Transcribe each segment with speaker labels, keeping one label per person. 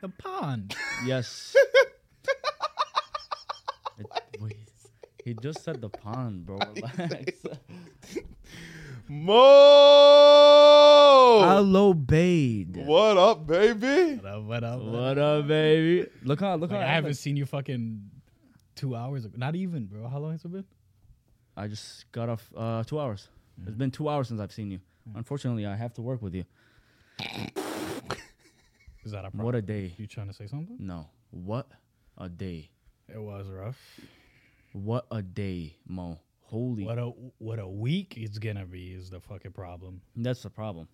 Speaker 1: The pond.
Speaker 2: Yes. It- wait, he just said the pond, bro. Relax.
Speaker 3: Mo!
Speaker 2: Hello, babe.
Speaker 3: What up, baby?
Speaker 1: What up? What up? What?
Speaker 2: What up, baby? Look how look
Speaker 1: Like,
Speaker 2: how
Speaker 1: I haven't
Speaker 2: like-
Speaker 1: seen you fucking two hours ago. Not even, bro. How long has it been?
Speaker 2: I just got off uh, two hours.
Speaker 1: Mm-hmm.
Speaker 2: It's been two hours since I've seen you.
Speaker 1: Mm.
Speaker 2: Unfortunately, I have to work with you.
Speaker 1: Is that a problem?
Speaker 2: What a day.
Speaker 1: You trying to say something?
Speaker 2: No. What a day.
Speaker 1: It was rough.
Speaker 2: What a day, Mo. Holy.
Speaker 1: What a what a week it's gonna be is the fucking problem.
Speaker 2: That's the problem.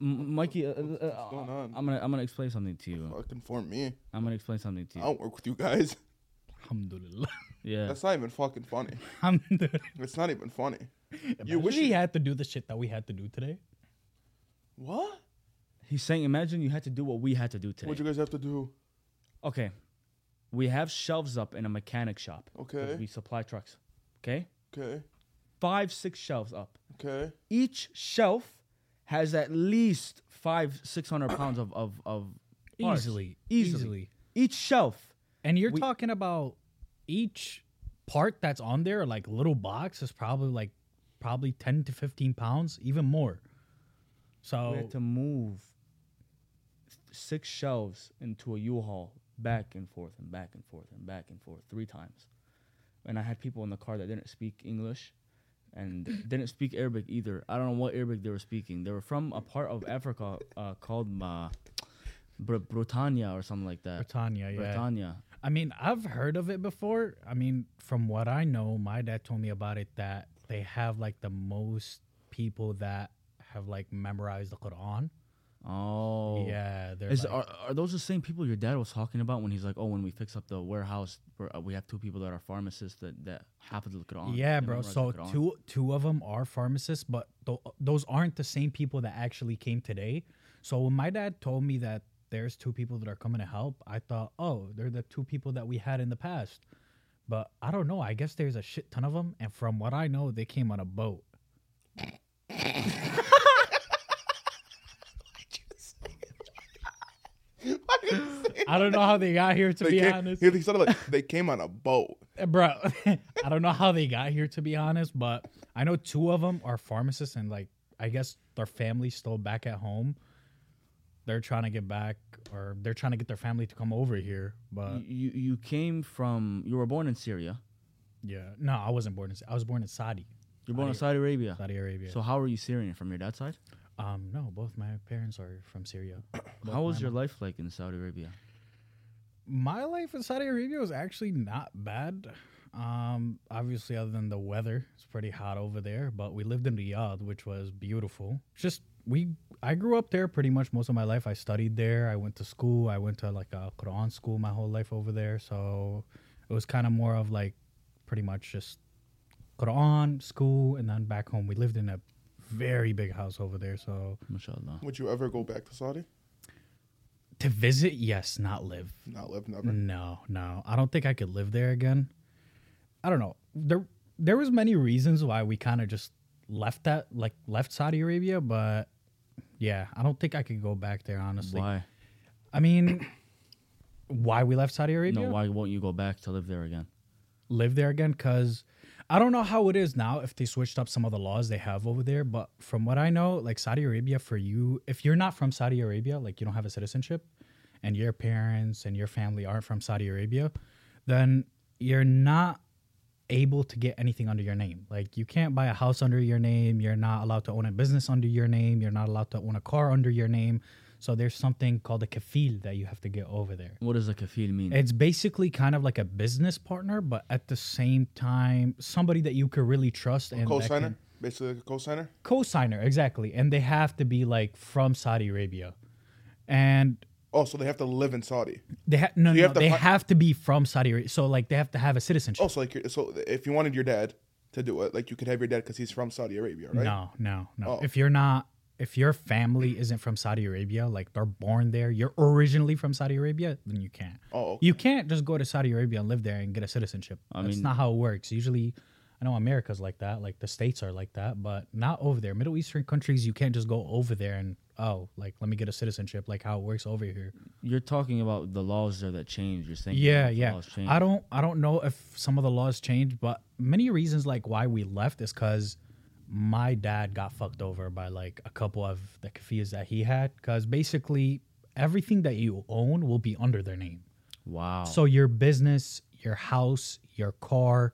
Speaker 2: M- Mikey, uh, uh, uh,
Speaker 3: going on?
Speaker 2: I'm gonna I'm gonna explain something to you.
Speaker 3: Fucking for me.
Speaker 2: I'm gonna explain something to
Speaker 3: I
Speaker 2: you.
Speaker 1: Oh,
Speaker 3: don't work with you guys.
Speaker 1: Alhamdulillah.
Speaker 2: Yeah.
Speaker 3: That's not even fucking funny.
Speaker 1: Alhamdulillah.
Speaker 3: It's not even funny.
Speaker 1: You
Speaker 3: wish
Speaker 1: wish he
Speaker 3: you-
Speaker 1: had to do the shit that we had to do today.
Speaker 3: What?
Speaker 2: He's saying, imagine you had to do what we had to do today.
Speaker 3: What'd you guys have to do?
Speaker 2: okay. We have shelves up in a mechanic shop. 'cause
Speaker 3: Okay.
Speaker 2: We supply trucks. Okay.
Speaker 3: Okay.
Speaker 2: Five, six shelves up.
Speaker 3: Okay.
Speaker 2: Each shelf has at least five, six hundred pounds of of of parts.
Speaker 1: Easily,
Speaker 2: easily.
Speaker 1: easily.
Speaker 2: Each shelf.
Speaker 1: And you're
Speaker 2: We-
Speaker 1: talking about each part that's on there, like little box, is probably like probably ten to fifteen pounds, even more.
Speaker 2: We
Speaker 1: So
Speaker 2: had to move six shelves into a U-Haul back and forth and back and forth and back and forth three times. And I had people in the car that didn't speak English and didn't speak Arabic either. I don't know what Arabic they were speaking. They were from a part of Africa uh, called Ma Br- Britannia or something like that.
Speaker 1: Britannia, yeah.
Speaker 2: Britannia.
Speaker 1: I mean, I've heard of it before. I mean, from what I know, my dad told me about it that they have like the most people that have like memorized the Quran.
Speaker 2: Oh.
Speaker 1: Yeah, they're
Speaker 2: Is,
Speaker 1: like-
Speaker 2: are, are those the same people your dad was talking about when he's like, oh, when we fix up the warehouse, we're- uh, we have two people that are pharmacists that, that happen to look it on.
Speaker 1: Yeah,
Speaker 2: They
Speaker 1: bro.
Speaker 2: memorize the
Speaker 1: So
Speaker 2: Quran.
Speaker 1: two uh, two of them are pharmacists, but th- those aren't the same people that actually came today. So when my dad told me that there's two people that are coming to help, I thought, oh, they're the two people that we had in the past. But I don't know. I guess there's a shit ton of them, and from what I know, they came on a boat.
Speaker 3: Why did you say
Speaker 1: I don't know how they got here, to
Speaker 3: they
Speaker 1: be
Speaker 3: came,
Speaker 1: honest,
Speaker 3: He he sounded like they came on a boat.
Speaker 1: Uh, bro. I don't know how they got here, to be honest. But I know two of them are pharmacists, and like I guess their family's still back at home. They're trying to get back, or they're trying to get their family to come over here. But
Speaker 2: you you came from you were born in Syria.
Speaker 1: Yeah. No, I wasn't born in. I was born in Saudi,
Speaker 2: You're born in Saudi Arabia.
Speaker 1: Saudi Arabia.
Speaker 2: So how are you Syrian from your dad's side?
Speaker 1: um, no, both my parents are from Syria. Both
Speaker 2: how was
Speaker 1: my
Speaker 2: your life like in Saudi Arabia?
Speaker 1: my life in Saudi Arabia was actually not bad. Um, obviously, other than the weather, it's pretty hot over there. But we lived in Riyadh, which was beautiful. Just we, I grew up there pretty much most of my life. I studied there. I went to school. I went to like a Quran school my whole life over there. So it was kind of more of like pretty much just Quran school, and then back home. We lived in a very big house over there. So
Speaker 2: Mashallah.
Speaker 3: Would you ever go back to Saudi?
Speaker 1: to visit, yes, not live.
Speaker 3: Not live, never.
Speaker 1: No, no. I don't think I could live there again. I don't know. There there was many reasons why we kind of just left that like left Saudi Arabia, but yeah, I don't think I could go back there honestly.
Speaker 2: Why?
Speaker 1: I mean, why we left Saudi Arabia?
Speaker 2: No, why won't you go back to live there again?
Speaker 1: live there again because I don't know how it is now if they switched up some of the laws they have over there. But from what I know, like Saudi Arabia, for you, if you're not from Saudi Arabia, like you don't have a citizenship and your parents and your family aren't from Saudi Arabia, then you're not able to get anything under your name. Like you can't buy a house under your name. You're not allowed to own a business under your name. You're not allowed to own a car under your name. So there's something called a kafil that you have to get over there.
Speaker 2: What does a kafil mean?
Speaker 1: It's basically kind of like a business partner, but at the same time, somebody that you could really trust and that
Speaker 3: Co-signer?
Speaker 1: can-
Speaker 3: Basically like a co-signer?
Speaker 1: co-signer, exactly. And they have to be like from Saudi Arabia, and
Speaker 3: Oh, so they have to live in Saudi.
Speaker 1: they ha- no,
Speaker 3: you
Speaker 1: no,
Speaker 3: have to
Speaker 1: they
Speaker 3: fi-
Speaker 1: have to be from Saudi Arabia. So like they have to have a citizenship.
Speaker 3: Oh, so like, you're, so if you wanted your dad to do it, like you could have your dad because he's from Saudi Arabia, right?
Speaker 1: No, no, no.
Speaker 3: Oh.
Speaker 1: If you're not, if your family isn't from Saudi Arabia, like they're born there, you're originally from Saudi Arabia, then you can't.
Speaker 3: Oh, okay.
Speaker 1: You can't just go to Saudi Arabia and live there and get a citizenship. That's
Speaker 2: mean-
Speaker 1: not how it works. Usually, I know America's like that, like the states are like that, but not over there. Middle Eastern countries, you can't just go over there and oh, like let me get a citizenship, like how it works over here.
Speaker 2: You're talking about the laws there that change. You're saying
Speaker 1: Yeah,
Speaker 2: the
Speaker 1: yeah.
Speaker 2: laws change.
Speaker 1: I don't I don't know if some of the laws changed, but many reasons like why we left is cuz my dad got fucked over by like a couple of the cafes that he had cuz basically everything that you own will be under their name.
Speaker 2: Wow.
Speaker 1: So your business, your house, your car,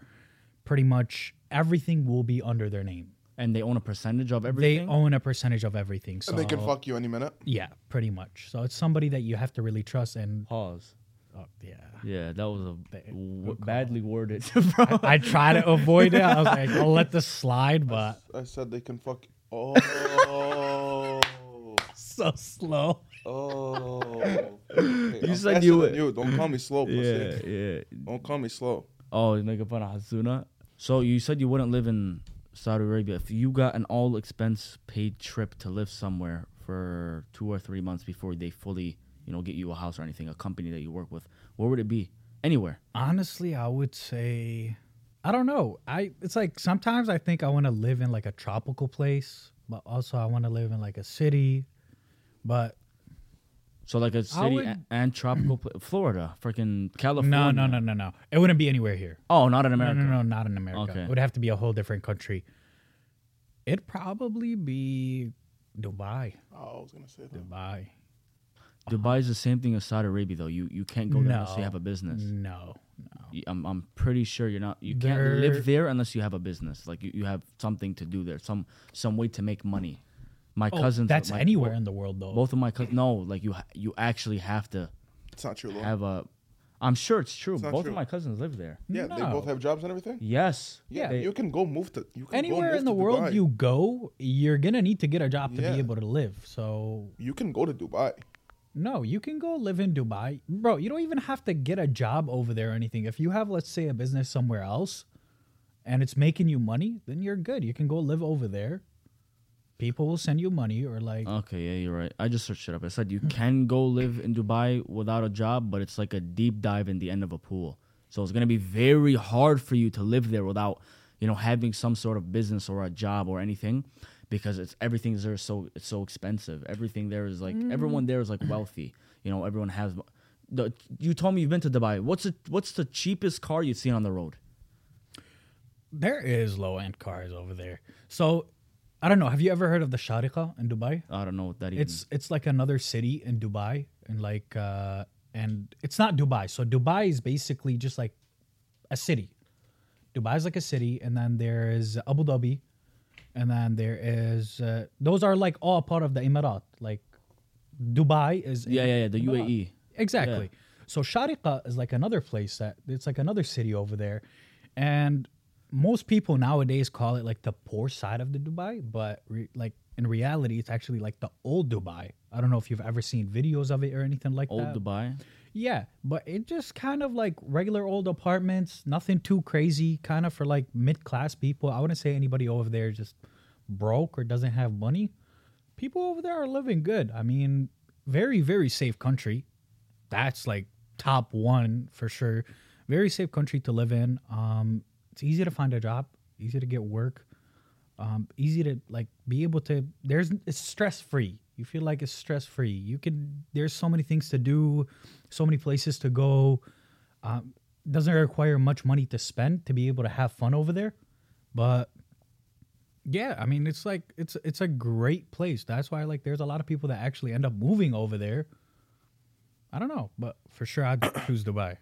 Speaker 1: pretty much everything will be under their name.
Speaker 2: and they own a percentage of
Speaker 1: They
Speaker 2: everything.
Speaker 1: own a percentage of everything. So
Speaker 3: And they can fuck you any minute.
Speaker 1: yeah, pretty much. So it's somebody that you have to really trust and
Speaker 2: Pause.
Speaker 1: oh, yeah.
Speaker 2: Yeah, that was a
Speaker 1: They-
Speaker 2: w- badly worded, bro.
Speaker 1: I try to avoid it. I was like, I'll let this slide, but
Speaker 3: I said they can fuck. Oh.
Speaker 1: so slow.
Speaker 3: Oh.
Speaker 2: You said you would-
Speaker 3: You. Don't call me slow, pussy.
Speaker 2: yeah, yeah.
Speaker 3: Don't call me slow.
Speaker 2: Oh, you're making fun of Hasuna. So you said you wouldn't live in Saudi Arabia if you got an all expense paid trip to live somewhere for two or three months before they fully, you know, get you a house or anything, a company that you work with. Where would it be? Anywhere.
Speaker 1: Honestly, I would say I don't know. I it's like sometimes I think I want to live in like a tropical place, but also I want to live in like a city. But
Speaker 2: So like a city
Speaker 1: would-
Speaker 2: a- and tropical, pla- Florida, freaking California.
Speaker 1: no, no, no, no, no. It wouldn't be anywhere here.
Speaker 2: Oh, not in America.
Speaker 1: No, no, no, not in America.
Speaker 2: Okay.
Speaker 1: It would have to be a whole different country. It'd probably be Dubai.
Speaker 3: Oh, I was gonna say that.
Speaker 1: Dubai.
Speaker 2: Dubai is the same thing as Saudi Arabia, though. You you can't go there unless you
Speaker 1: No.
Speaker 2: have a business.
Speaker 1: No, no.
Speaker 2: You- I'm, I'm pretty sure you're not. You can't
Speaker 1: There-
Speaker 2: live there unless you have a business. Like you, you have something to do there, some some way to make money. My
Speaker 1: Oh,
Speaker 2: cousins.
Speaker 1: that's
Speaker 2: my-
Speaker 1: anywhere in the world though.
Speaker 2: Both of my cousins. No, like you ha- you actually have to
Speaker 3: It's not true, though.
Speaker 2: have a. I'm sure it's true.
Speaker 3: not
Speaker 2: both
Speaker 3: true.
Speaker 2: of my cousins live there.
Speaker 3: yeah, they
Speaker 1: No.
Speaker 3: both have jobs and everything.
Speaker 2: Yes.
Speaker 3: Yeah,
Speaker 2: They-
Speaker 3: you can go move to you can go
Speaker 1: anywhere
Speaker 3: move
Speaker 1: in the
Speaker 3: to
Speaker 1: world
Speaker 3: Dubai.
Speaker 1: you go, you're gonna need to get a job to
Speaker 3: Yeah.
Speaker 1: be able to live. So
Speaker 3: you can go to Dubai.
Speaker 1: no, you can go live in Dubai, bro. You don't even have to get a job over there or anything. If you have, let's say, a business somewhere else, and it's making you money, then you're good. You can go live over there. People will send you money or like
Speaker 2: Okay, yeah, you're right. I just searched it up. I said you can go live in Dubai without a job, but it's like a deep dive in the end of a pool. So it's gonna be very hard for you to live there without, you know, having some sort of business or a job or anything, because it's everything's there is so it's so expensive. Everything there is like everyone there is like wealthy. You know, everyone has. The, you told me you've been to Dubai. What's the what's the cheapest car you've seen on the road?
Speaker 1: there is low end cars over there. So I don't know. Have you ever heard of the Sharika in Dubai?
Speaker 2: I don't know what that even.
Speaker 1: It's it's like another city in Dubai, and like uh, and it's not Dubai. So Dubai is basically just like a city. Dubai is like a city, and then there is Abu Dhabi, and then there is uh, those are like all part of the Emirat. Like Dubai is
Speaker 2: yeah, yeah, yeah. The E.
Speaker 1: Emirat.
Speaker 2: UAE.
Speaker 1: Exactly. So Sharika is like another place that it's like another city over there. And most people nowadays call it like the poor side of the Dubai, but re- like in reality, it's actually like the old Dubai. I don't know if you've ever seen videos of it or anything like
Speaker 2: Old
Speaker 1: that.
Speaker 2: Dubai.
Speaker 1: Yeah, but it just kind of like regular old apartments, nothing too crazy, kind of for like mid class people. I wouldn't say anybody over there is just broke or doesn't have money. People over there are living good. I mean, very, very safe country. That's like top one for sure. Very safe country to live in. Um, it's easy to find a job, easy to get work, um, easy to like be able to. There's it's stress free. You feel like it's stress free. You can. There's so many things to do, so many places to go. Um, doesn't require much money to spend to be able to have fun over there, but yeah, I mean it's like it's it's a great place. That's why like there's a lot of people that actually end up moving over there. I don't know, but for sure I'd choose Dubai.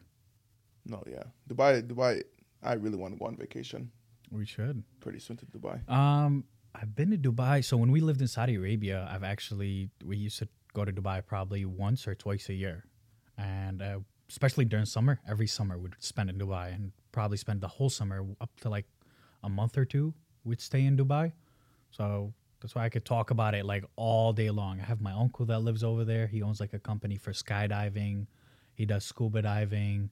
Speaker 3: No, yeah, Dubai, Dubai. I really want to go on vacation
Speaker 1: We should.
Speaker 3: pretty soon to Dubai.
Speaker 1: Um, I've been to Dubai. So when we lived in Saudi Arabia, I've actually we used to go to Dubai probably once or twice a year, and uh, especially during summer, every summer we'd spend in Dubai and probably spend the whole summer up to like a month or two. We'd stay in Dubai, so that's why I could talk about it like all day long. I have my uncle that lives over there. He owns like a company for skydiving. He does scuba diving,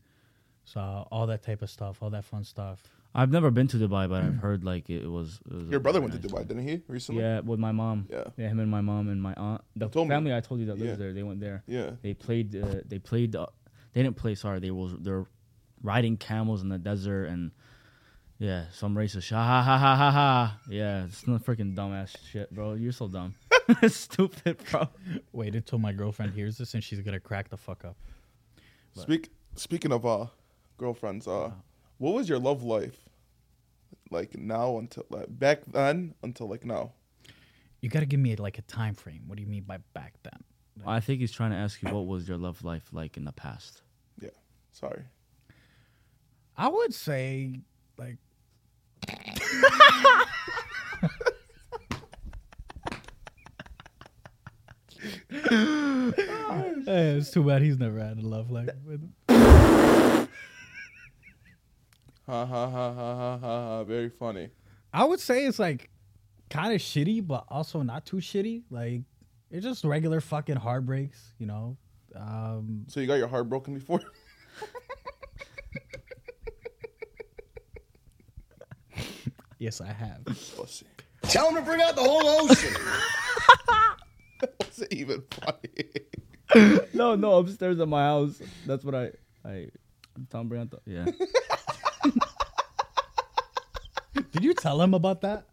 Speaker 1: so all that type of stuff, all that fun stuff.
Speaker 2: I've never been to Dubai, but I've heard like it was. It was
Speaker 3: Your brother went to
Speaker 2: nice.
Speaker 3: Dubai, didn't he? Recently.
Speaker 2: Yeah, with my mom.
Speaker 3: Yeah.
Speaker 2: yeah, him and my mom and my aunt. The
Speaker 3: told me.
Speaker 2: family I told you that lives
Speaker 3: Yeah.
Speaker 2: there, they went there.
Speaker 3: Yeah.
Speaker 2: They played. Uh, they played. Uh, they didn't play. Sorry, they was they're riding camels in the desert and Yeah, some racist. Ha ha ha ha ha ha. Yeah, it's not freaking dumbass shit, bro. You're so dumb. Stupid, bro.
Speaker 1: Wait until my girlfriend hears this and she's gonna crack the fuck up.
Speaker 3: Speak, speaking of uh, girlfriends, uh, what was your love life like now until like, back then until like now?
Speaker 1: You gotta give me like a time frame. What do you mean by back then?
Speaker 2: I think he's trying to ask you what was your love life like in the past.
Speaker 3: Yeah, sorry.
Speaker 1: I would say like Hey, it's too bad he's never had a love life.
Speaker 3: Ha ha ha ha ha ha ha. Very funny.
Speaker 1: I would say it's like kind of shitty, but also not too shitty. Like it's just regular fucking heartbreaks, you know. Um,
Speaker 3: So you got your heart broken before?
Speaker 1: yes, I have.
Speaker 3: Pussy.
Speaker 4: Tell him to bring out the whole ocean.
Speaker 3: That's even funny.
Speaker 2: No, no, upstairs at my house. That's what I, I, Tom Brianto. Yeah,
Speaker 1: Did you tell him about that?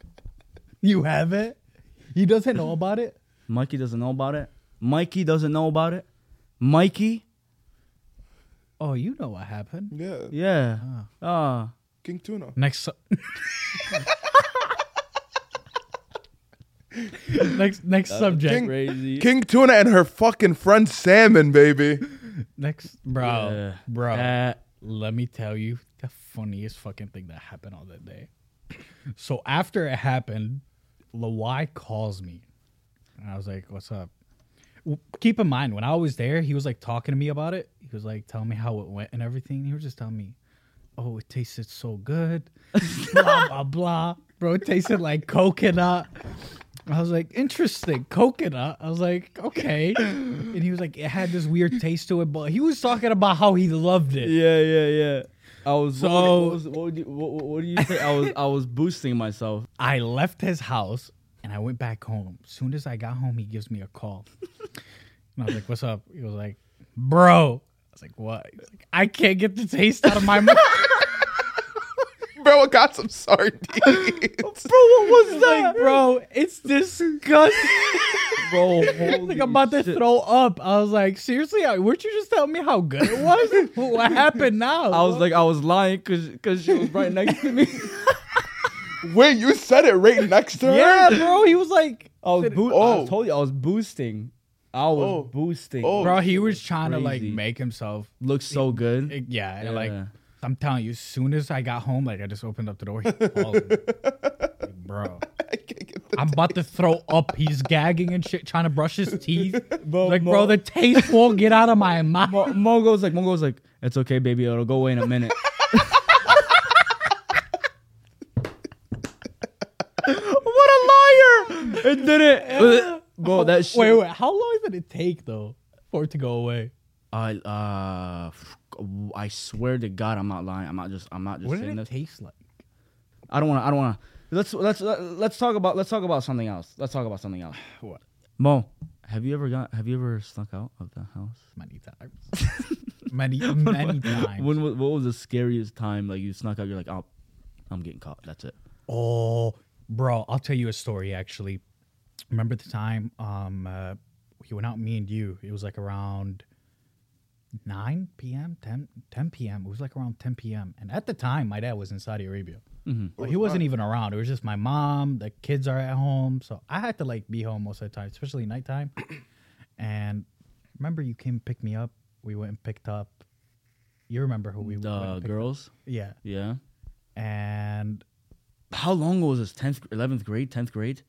Speaker 1: You haven't. He doesn't know about it.
Speaker 2: Mikey doesn't know about it. Mikey doesn't know about it. Mikey.
Speaker 1: Oh, you know what happened.
Speaker 3: Yeah.
Speaker 2: Yeah. Ah.
Speaker 3: King Tuna.
Speaker 1: Next. su- next next subject.
Speaker 3: King-
Speaker 2: crazy.
Speaker 3: King Tuna and her fucking friend Salmon, baby.
Speaker 1: Next, bro,
Speaker 3: Oh,
Speaker 2: Yeah.
Speaker 1: bro.
Speaker 2: That-
Speaker 1: let me tell you the funniest fucking thing that happened on that day. So after it happened, Lawai calls me, and I was like, "What's up?" W- Keep in mind, when I was there, he was like talking to me about it. He was like telling me how it went and everything. He was just telling me, "Oh, it tasted so good," blah blah blah. Bro, it tasted like coconut. I was like, interesting, coconut. I was like, okay. And he was like, it had this weird taste to it, but he was talking about how he loved it.
Speaker 2: Yeah, yeah, yeah. I was so.
Speaker 1: So-
Speaker 2: What, was, what, would you, what, what- what do you say? I was, I was boosting myself.
Speaker 1: I left his house and I went back home. Soon as I got home, he gives me a call. And I was like, what's up? He was like, bro. I was like, what? He's like, I can't get the taste out of my mouth.
Speaker 3: Bro, I got some sardines.
Speaker 1: bro, what was that? Like, bro, it's disgusting.
Speaker 2: Bro,
Speaker 1: like
Speaker 2: holy
Speaker 1: I'm about to
Speaker 2: shit.
Speaker 1: throw up. I was like, seriously, I- weren't you just telling me how good it was? what happened now?
Speaker 2: I was like, I was lying because she was right next to me.
Speaker 3: Wait, you said it right next to her?
Speaker 1: yeah, bro. He was like,
Speaker 2: I was, boo- I
Speaker 3: Oh.
Speaker 2: was told you I was boosting. I was
Speaker 3: Oh.
Speaker 2: boosting.
Speaker 3: Oh.
Speaker 1: bro, he was trying to like
Speaker 2: Crazy.
Speaker 1: make himself.
Speaker 2: Looks so good.
Speaker 1: it- yeah, and, like
Speaker 2: Yeah.
Speaker 1: I'm telling you, as soon as I got home, like I just opened up the door, he called me. Like, bro.
Speaker 3: I can't get the
Speaker 1: I'm about to throw up. He's gagging and shit, trying to brush his teeth.
Speaker 2: Bro,
Speaker 1: like,
Speaker 2: mo-
Speaker 1: bro, the taste won't get out of my mouth.
Speaker 2: Mo- Mongo's like, Mongo's like, it's okay, baby. It'll go away in a minute. what a liar! It didn't. Bro, that shit.
Speaker 1: Wait, wait. How long did it take though for it to go away?
Speaker 2: I uh, f- I swear to God, I'm not lying. I'm not just. I'm not just
Speaker 1: What did
Speaker 2: saying
Speaker 1: it
Speaker 2: this.
Speaker 1: taste like?
Speaker 2: I don't want to. I don't want to. Let's let's let- let's talk about let's talk about something else. Let's talk about something else.
Speaker 1: What?
Speaker 2: Mo, have you ever got? Have you ever snuck out of the house?
Speaker 1: Many times. many, many times.
Speaker 2: When wa- what was the scariest time? Like you snuck out. You're like, oh, I'm getting caught. That's it.
Speaker 1: Oh, bro, I'll tell you a story actually. Remember the time um uh, we went out, me and you. It was like around 9 p.m., 10, 10 p.m. It was like around 10 p.m. And at the time, my dad was in Saudi Arabia.
Speaker 2: Mm-hmm.
Speaker 1: But he wasn't even around. It was just my mom. The kids are at home. So I had to like be home most of the time, especially nighttime. and remember, you came and picked me up. We went and picked up. You remember who we went
Speaker 2: The
Speaker 1: and picked-
Speaker 2: girls.
Speaker 1: Yeah.
Speaker 2: Yeah.
Speaker 1: And
Speaker 2: How long ago was this? Tenth, eleventh grade, tenth grade.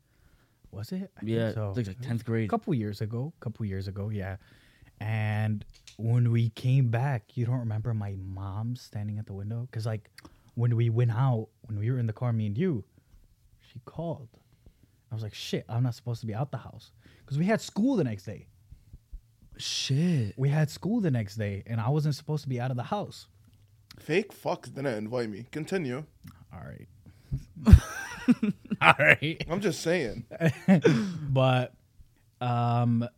Speaker 1: was it? I think
Speaker 2: Yeah,
Speaker 1: so.
Speaker 2: it was like tenth grade.
Speaker 1: a couple years ago, couple years ago, yeah. And when we came back, you don't remember my mom standing at the window because like when we went out, when we were in the car, me and you, she called. I was like, shit, I'm not supposed to be out the house because we had school the next day.
Speaker 2: Shit.
Speaker 1: We had school the next day, and I wasn't supposed to be out of the house.
Speaker 3: fake fucks didn't invite me. Continue.
Speaker 1: All right. All right.
Speaker 3: I'm just saying.
Speaker 1: but um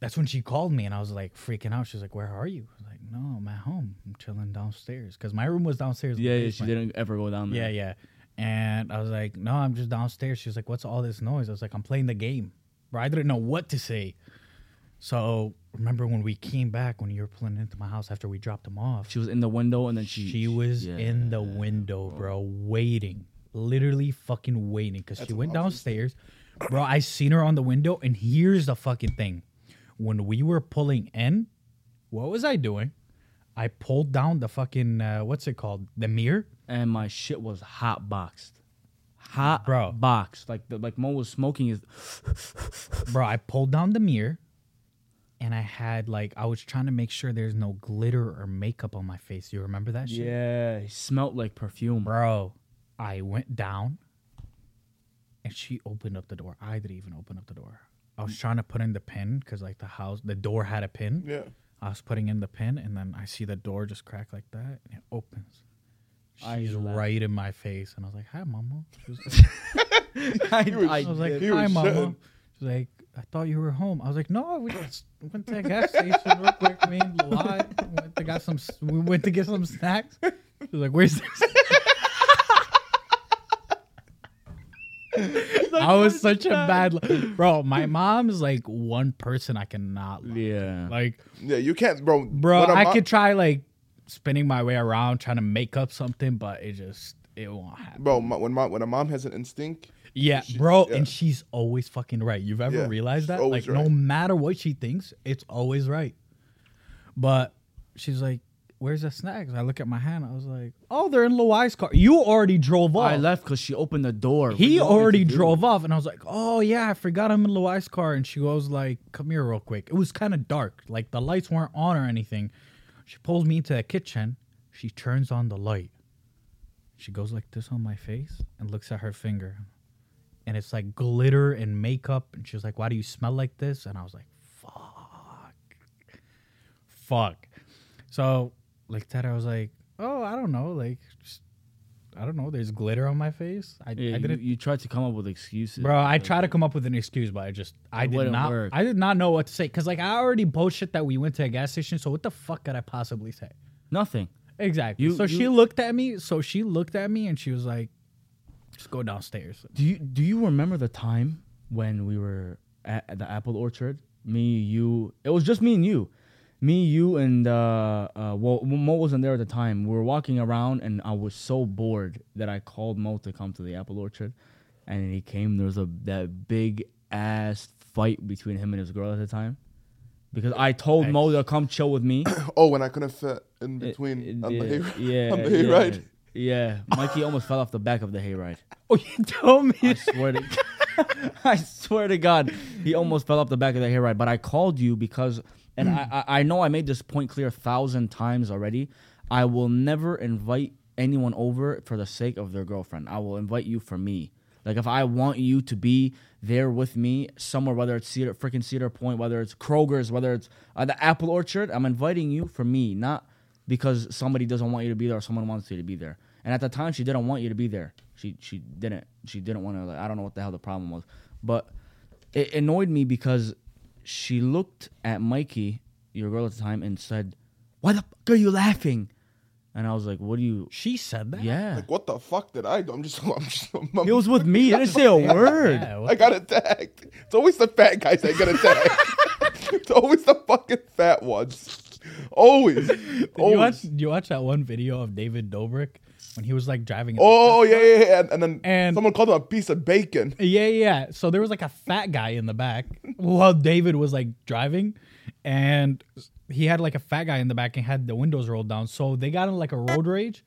Speaker 1: that's when she called me and I was like freaking out. She was like, Where are you? I was like, no, I'm at home. I'm chilling downstairs because my room was downstairs. in the
Speaker 2: Yeah, yeah, she
Speaker 1: basement.
Speaker 2: didn't ever go down
Speaker 1: Yeah,
Speaker 2: there.
Speaker 1: yeah. And I was like, no, I'm just downstairs. She's like, what's all this noise? I was like, I'm playing the game. Bro, I didn't know what to say. So remember when we came back when you were pulling into my house after we dropped them off?
Speaker 2: She was in the window and then she
Speaker 1: She was
Speaker 2: yeah.
Speaker 1: in the window, bro, waiting. Literally fucking waiting because she went downstairs. Bro, I seen her on the window, and here's the fucking thing. When we were pulling in, what was I doing? I pulled down the fucking, uh, what's it called? The mirror.
Speaker 2: and my shit was hot boxed. Hot
Speaker 1: Bro.
Speaker 2: boxed. Like the like Mo was smoking his
Speaker 1: Bro, I pulled down the mirror, and I had, like, I was trying to make sure there's no glitter or makeup on my face. You remember that shit?
Speaker 2: Yeah, he smelled like perfume.
Speaker 1: Bro, I went down and she opened up the door. I didn't even open up the door. I was trying to put in the pin because, like, the house, the door had a pin.
Speaker 3: Yeah.
Speaker 1: I was putting in the pin and then I see the door just crack like that and it opens.
Speaker 2: I
Speaker 1: She's
Speaker 2: laugh.
Speaker 1: right in my face. And I was like, Hi, mama. She was,
Speaker 2: I,
Speaker 3: was-
Speaker 1: I was
Speaker 2: I-
Speaker 1: like,
Speaker 3: He was
Speaker 1: Hi, mama.
Speaker 3: shitting.
Speaker 1: She's like, I thought you were home. I was like, No, we just went to the gas station real quick. I mean, why? Went to got some, we went to get some snacks. She was like, Where's this? I was such a bad li- bro. My mom's like one person I cannot like.
Speaker 2: yeah.
Speaker 1: Like,
Speaker 3: Yeah, you can't, bro.
Speaker 1: bro,
Speaker 3: when I'm
Speaker 1: I
Speaker 3: out-
Speaker 1: could try like spinning my way around trying to make up something, but it just it won't happen.
Speaker 3: Bro, my, when mom when a mom has an instinct,
Speaker 1: Yeah,
Speaker 3: she-
Speaker 1: bro,
Speaker 3: yeah.
Speaker 1: and she's always fucking right. You've ever
Speaker 3: Yeah,
Speaker 1: realized
Speaker 3: she's
Speaker 1: that? Like,
Speaker 3: always
Speaker 1: no
Speaker 3: right.
Speaker 1: matter what she thinks, it's always right. But she's like, "Where's the snacks?" I look at my hand. I was like, "Oh, they're in Loai's car. You already drove off."
Speaker 2: I left because she opened the door. We
Speaker 1: he
Speaker 2: know what to
Speaker 1: already
Speaker 2: do.
Speaker 1: drove off and i was like oh yeah i forgot i'm in Loai's car and she goes like come here real quick it was kind of dark like the lights weren't on or anything she pulls me into the kitchen she turns on the light she goes like this on my face and looks at her finger and it's like glitter and makeup and she's like why do you smell like this and i was like fuck fuck so like that i was like oh i don't know like just, i don't know there's glitter on my face i,
Speaker 2: Yeah,
Speaker 1: I
Speaker 2: you,
Speaker 1: didn't
Speaker 2: you tried to come up with excuses.
Speaker 1: Bro, I try to come up with an excuse, but I just I did
Speaker 2: wouldn't
Speaker 1: not
Speaker 2: work.
Speaker 1: I did not know what to say because like I already bullshit that we went to a gas station. So what the fuck could I possibly say?
Speaker 2: Nothing.
Speaker 1: Exactly.
Speaker 2: You-
Speaker 1: so she
Speaker 2: you-
Speaker 1: looked at me. So she looked at me and she was like, "Just go downstairs."
Speaker 2: Do you do you remember the time when we were at, at the apple orchard? Me, you. It was just me and you. Me, you, and uh, uh, well, Mo wasn't there at the time. We were walking around, and I was so bored that I called Mo to come to the apple orchard, and he came. There was a that big ass fight between him and his girl at the time, because I told Mo to come chill with me.
Speaker 3: oh, when I couldn't fit in between
Speaker 2: It-
Speaker 3: on the
Speaker 2: it-
Speaker 3: hay,
Speaker 2: yeah,
Speaker 3: on the
Speaker 2: yeah,
Speaker 3: hayride.
Speaker 2: Yeah, Mikey almost fell off the back of the hayride.
Speaker 1: Oh, you told me.
Speaker 2: I swear to I swear to God, he almost fell off the back of the hayride. But I called you because, and I, I I know I made this point clear a thousand times already. I will never invite anyone over for the sake of their girlfriend. I will invite you for me. Like if I want you to be there with me somewhere, whether it's Cedar, freaking Cedar Point, whether it's Kroger's, whether it's uh, the Apple Orchard, I'm inviting you for me, not because somebody doesn't want you to be there or someone wants you to be there. And at the time, she didn't want you to be there. She she didn't. She didn't want to. Like, I don't know what the hell the problem was, but it annoyed me because she looked at Mikey, your girl at the time, and said, "Why the fuck are you laughing?" And I was like, "What do you?"
Speaker 1: she said that.
Speaker 2: Yeah,
Speaker 3: Like, what the fuck did I do? I'm just, I'm just, I'm, I'm,
Speaker 2: it was with me. I didn't say a word.
Speaker 1: Yeah,
Speaker 3: I
Speaker 1: what-
Speaker 3: got attacked. It's always the fat guys that get attacked. it's always the fucking fat ones. Always.
Speaker 1: Did
Speaker 2: oh.
Speaker 1: you watch?
Speaker 3: always.
Speaker 1: Did you watch that one video of David Dobrik when he was like driving?
Speaker 3: Oh yeah, yeah, yeah. And, and then
Speaker 1: And-
Speaker 3: someone called him a piece of bacon.
Speaker 1: Yeah, yeah. So there was like a fat guy in the back while David was like driving, and he had like a fat guy in the back and had the windows rolled down. So they got in like a road rage.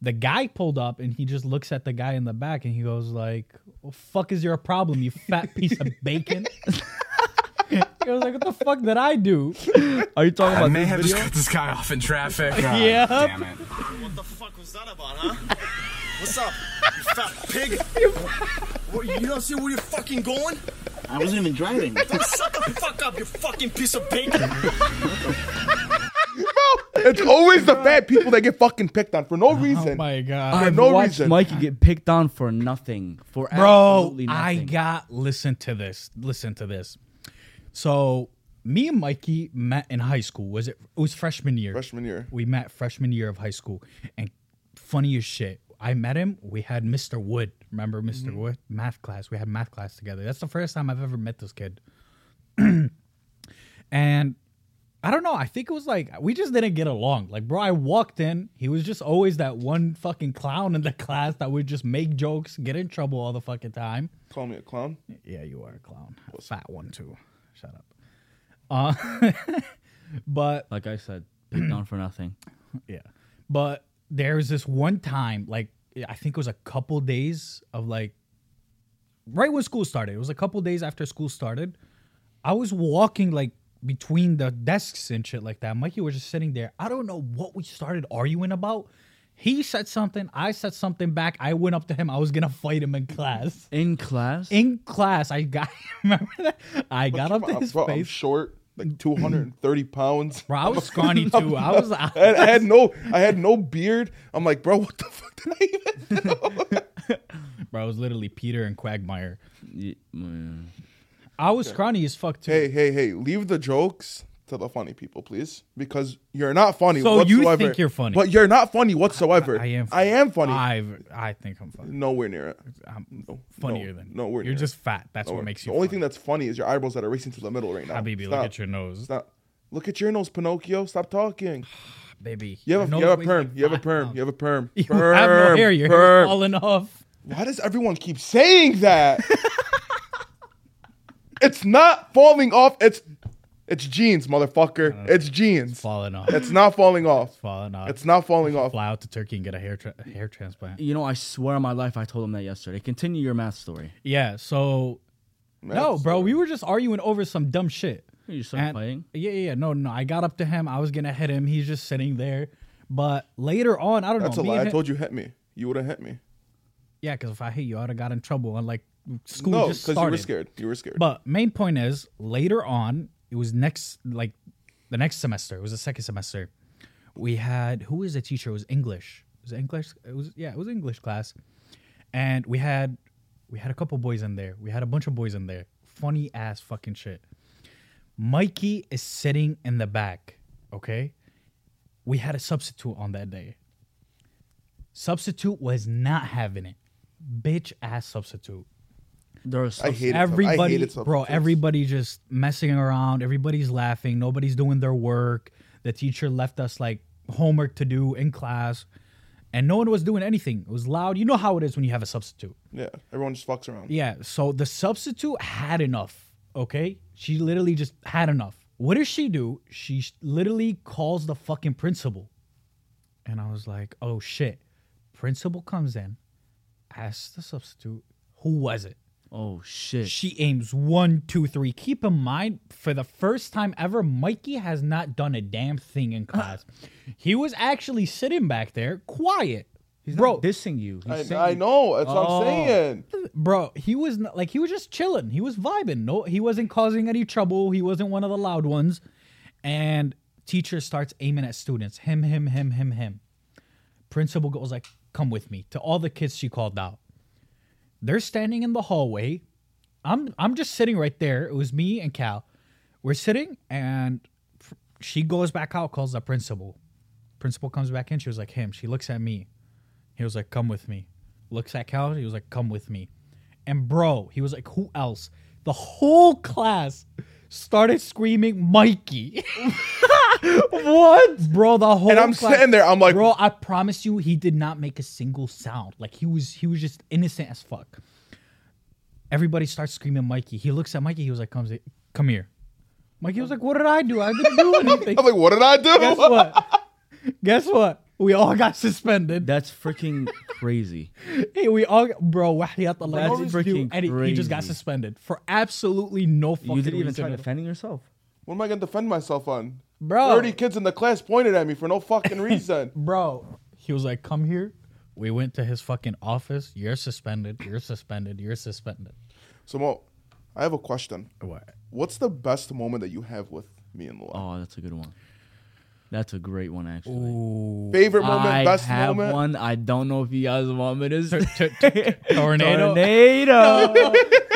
Speaker 1: The guy pulled up and he just looks at the guy in the back and he goes like, "What fuck is your problem, you fat piece of bacon?" I was like, "What the fuck did I do?"
Speaker 2: Are you talking
Speaker 5: I
Speaker 2: about
Speaker 5: may
Speaker 2: this
Speaker 5: have
Speaker 2: video?
Speaker 5: just cut this guy off in traffic. God
Speaker 1: Yep.
Speaker 5: Damn it.
Speaker 4: What the fuck was that about, huh? What's up, you fat pig? what, you don't see where you're fucking going?
Speaker 6: I wasn't even driving.
Speaker 4: Shut the fuck up, you fucking piece of bacon!
Speaker 3: It's always the fat people that get fucking picked on for no reason.
Speaker 1: Oh my god!
Speaker 3: For
Speaker 2: I've
Speaker 3: no
Speaker 2: watched
Speaker 3: reason.
Speaker 2: Mikey get picked on for nothing. For
Speaker 1: bro
Speaker 2: absolutely
Speaker 1: i
Speaker 2: nothing.
Speaker 1: got listen to this listen to this so me and Mikey met in high school. Was it? It was freshman year.
Speaker 3: Freshman year.
Speaker 1: We met freshman year of high school, and funny as shit. I met him. We had Mr. Wood. Remember mister
Speaker 3: Mm-hmm.
Speaker 1: Wood? Math class. We had math class together. That's the first time I've ever met this kid. and I don't know. I think it was like we just didn't get along. Like, bro, I walked in. He was just always that one fucking clown in the class that would just make jokes, get in trouble all the fucking time.
Speaker 3: Call me a clown.
Speaker 1: Yeah, you are a clown. A fat one too. Shut up. Uh, but
Speaker 2: Like I said, picked on for nothing.
Speaker 1: yeah, but there was this one time, like I think it was a couple days of like right when school started. It was a couple days after school started. I was walking like between the desks and shit like that. Mikey was just sitting there. I don't know what we started arguing about. He said something. I said something back. I went up to him. I was gonna fight him in class.
Speaker 2: In class,
Speaker 1: In class, I got remember that I got up to
Speaker 3: I'm,
Speaker 1: his
Speaker 3: bro, I'm
Speaker 1: face.
Speaker 3: short,
Speaker 1: Mm.
Speaker 3: like 230 pounds.
Speaker 1: Bro, I was scrawny too. I was.
Speaker 3: I had, I had no, I had no beard. I'm like, bro, what the fuck did I even?
Speaker 1: bro, I was literally Peter and Quagmire.
Speaker 2: Y- mm.
Speaker 1: I was scrawny as fuck too.
Speaker 3: hey, hey, hey! Leave the jokes to the funny people, please, because you're not funny.
Speaker 1: So you
Speaker 3: whatsoever.
Speaker 1: think you're funny.
Speaker 3: but you're not funny whatsoever.
Speaker 1: I am.
Speaker 3: I am funny.
Speaker 1: I I think I'm funny.
Speaker 3: Nowhere near it.
Speaker 1: I'm funnier
Speaker 3: no,
Speaker 1: than
Speaker 3: no, we're
Speaker 1: You're
Speaker 3: near.
Speaker 1: just fat. That's
Speaker 3: Nowhere.
Speaker 1: what makes
Speaker 3: the
Speaker 1: you.
Speaker 3: only thing
Speaker 1: funny.
Speaker 3: that's funny is your eyebrows that are racing to the middle right now.
Speaker 1: Habibi,
Speaker 3: Stop.
Speaker 1: look at your nose,
Speaker 3: Stop. Look at your nose, Pinocchio. Stop talking.
Speaker 1: baby.
Speaker 3: You have a,
Speaker 1: Your
Speaker 3: you
Speaker 1: nose
Speaker 3: have a
Speaker 1: weighs
Speaker 3: perm.
Speaker 1: like
Speaker 3: You have a
Speaker 1: five
Speaker 3: perm.
Speaker 1: pounds.
Speaker 3: You have a perm.
Speaker 1: You
Speaker 3: perm.
Speaker 1: have no hair. Your hair
Speaker 3: perm.
Speaker 1: is falling off.
Speaker 3: Why does everyone keep saying that? it's not falling off. It's it's jeans,
Speaker 1: Uh,
Speaker 3: motherfucker. It's jeans.
Speaker 1: Falling off.
Speaker 3: It's not falling off.
Speaker 1: falling off.
Speaker 3: It's not falling off.
Speaker 1: Fly out to Turkey and get a hair tra- hair transplant.
Speaker 2: you know, I swear on my life, I told him that yesterday. Continue your math story.
Speaker 1: Yeah. So no, bro, we were just arguing over some dumb shit.
Speaker 2: You started
Speaker 1: And-
Speaker 2: fighting.
Speaker 1: Yeah, yeah, yeah. No, no. I got up to him. I was gonna hit him. He's just sitting there. But later on, I don't
Speaker 3: That's
Speaker 1: know.
Speaker 3: a
Speaker 1: me
Speaker 3: lie.
Speaker 1: and
Speaker 3: I
Speaker 1: him-
Speaker 3: told you hit me. You would have hit me.
Speaker 1: Yeah, because if I hit you, I'd have got in trouble. And like school
Speaker 3: No,
Speaker 1: just
Speaker 3: because you
Speaker 1: started.
Speaker 3: were scared. You were scared.
Speaker 1: But main point is later on, it was next like the next semester. It was the second semester. We had who was the teacher? It was English. It was English. It was yeah, it was English class. And we had we had a couple boys in there. We had a bunch of boys in there. Funny ass fucking shit. Mikey is sitting in the back. Okay. We had a substitute on that day. Substitute was not having it. Bitch ass substitute
Speaker 2: There was
Speaker 3: I hated.
Speaker 1: everybody,
Speaker 3: I hated
Speaker 1: bro.
Speaker 3: substitutes.
Speaker 1: Everybody just messing around. Everybody's laughing. Nobody's doing their work. The teacher left us like homework to do in class, and no one was doing anything. It was loud. You know how it is when you have a substitute.
Speaker 3: Yeah, everyone just fucks around.
Speaker 1: Yeah. So the substitute had enough. Okay. She literally just had enough. What does she do? She sh- literally calls the fucking principal. And I was like, oh shit. Principal comes in, asks the substitute, who was it?
Speaker 2: Oh shit!
Speaker 1: She aims one, two, three. Keep in mind, for the first time ever, Mikey has not done a damn thing
Speaker 2: Uh.
Speaker 1: in class. he was actually sitting back there, quiet.
Speaker 2: He's
Speaker 1: bro,
Speaker 2: not dissing you. He's saying-
Speaker 3: I, I know. That's what
Speaker 2: Oh.
Speaker 3: I'm saying.
Speaker 1: bro, he was not, like he was just chilling. He was vibing. No, he wasn't causing any trouble. He wasn't one of the loud ones. And teacher starts aiming at students. Him, him, him, him, him. Principal goes like, "Come with me." To all the kids she called out. They're standing in the hallway. I'm I'm just sitting right there. It was me and Cal. We're sitting and f- she goes back out, calls the principal. Principal comes back in. She was like, "Him." She looks at me. He was like, "Come with me." Looks at Cal. He was like, "Come with me." And bro, he was like, "Who else?" The whole class started screaming, "Mikey!" what, bro? The whole
Speaker 3: And I'm
Speaker 1: class-
Speaker 3: sitting there, I'm like-
Speaker 1: bro, I promise you, he did not make a single sound. Like he was, he was just innocent as fuck. Everybody starts screaming, "Mikey!" He looks at Mikey. He was like, "Come, come here." Mikey was like, "What did I do? I didn't do anything."
Speaker 3: I'm like, what did I do?
Speaker 1: Guess what? Guess what? We all got suspended.
Speaker 2: That's freaking crazy.
Speaker 1: Hey, we all, bro. Wahiyat Allah,
Speaker 2: That's
Speaker 1: I didn't do
Speaker 2: freaking
Speaker 1: any- He just got
Speaker 2: crazy.
Speaker 1: suspended for absolutely no fucking
Speaker 2: you didn't even
Speaker 1: reason
Speaker 2: try
Speaker 1: at all.
Speaker 2: defending yourself.
Speaker 3: What am I gonna defend myself on?
Speaker 1: Bro.
Speaker 3: thirty kids in the class pointed at me for no fucking reason.
Speaker 1: bro. He was like, "Come here." We went to his fucking office. You're suspended. You're suspended. You're suspended.
Speaker 3: so, Mo, I have a question.
Speaker 1: What?
Speaker 3: What's the best moment that you have with me in the law?
Speaker 2: Oh, that's a good one. That's a great one, actually.
Speaker 3: Favorite moment,
Speaker 2: I
Speaker 3: best
Speaker 2: have
Speaker 3: moment.
Speaker 2: one. I don't know if you guys want me to. say-
Speaker 1: T- t- t- tornado.
Speaker 2: Tornado.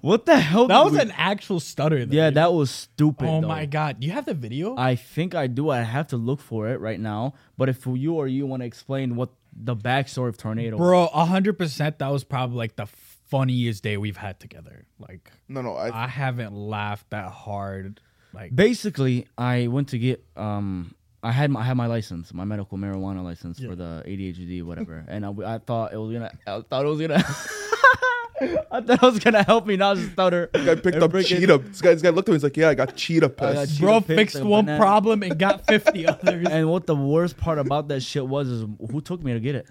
Speaker 2: what the hell?
Speaker 1: That
Speaker 2: did
Speaker 1: was
Speaker 2: we-
Speaker 1: an actual stutter. though.
Speaker 2: Yeah, that was stupid.
Speaker 1: Oh
Speaker 2: though.
Speaker 1: my god, you have the video?
Speaker 2: I think I do. I have to look for it right now. But if you or you want to explain what the backstory of tornado,
Speaker 1: Bro, hundred percent. That was probably like the funniest day we've had together. Like,
Speaker 3: No, no, I,
Speaker 1: I haven't laughed that hard. Like,
Speaker 2: basically, I went to get um. I had my, I had my license, my medical marijuana license for the ADHD whatever, and I, I thought it was gonna I thought it was gonna I thought it was gonna help me not stutter.
Speaker 3: I picked up cheetah. This guy, this guy looked at me. He's like, "Yeah, I got cheetah
Speaker 2: got
Speaker 3: piss."
Speaker 2: cheetah
Speaker 1: bro
Speaker 2: pics
Speaker 1: fixed
Speaker 2: and
Speaker 1: one
Speaker 2: banana-
Speaker 1: problem and got fifty others.
Speaker 2: And what the worst part about that shit was is who took me to get it?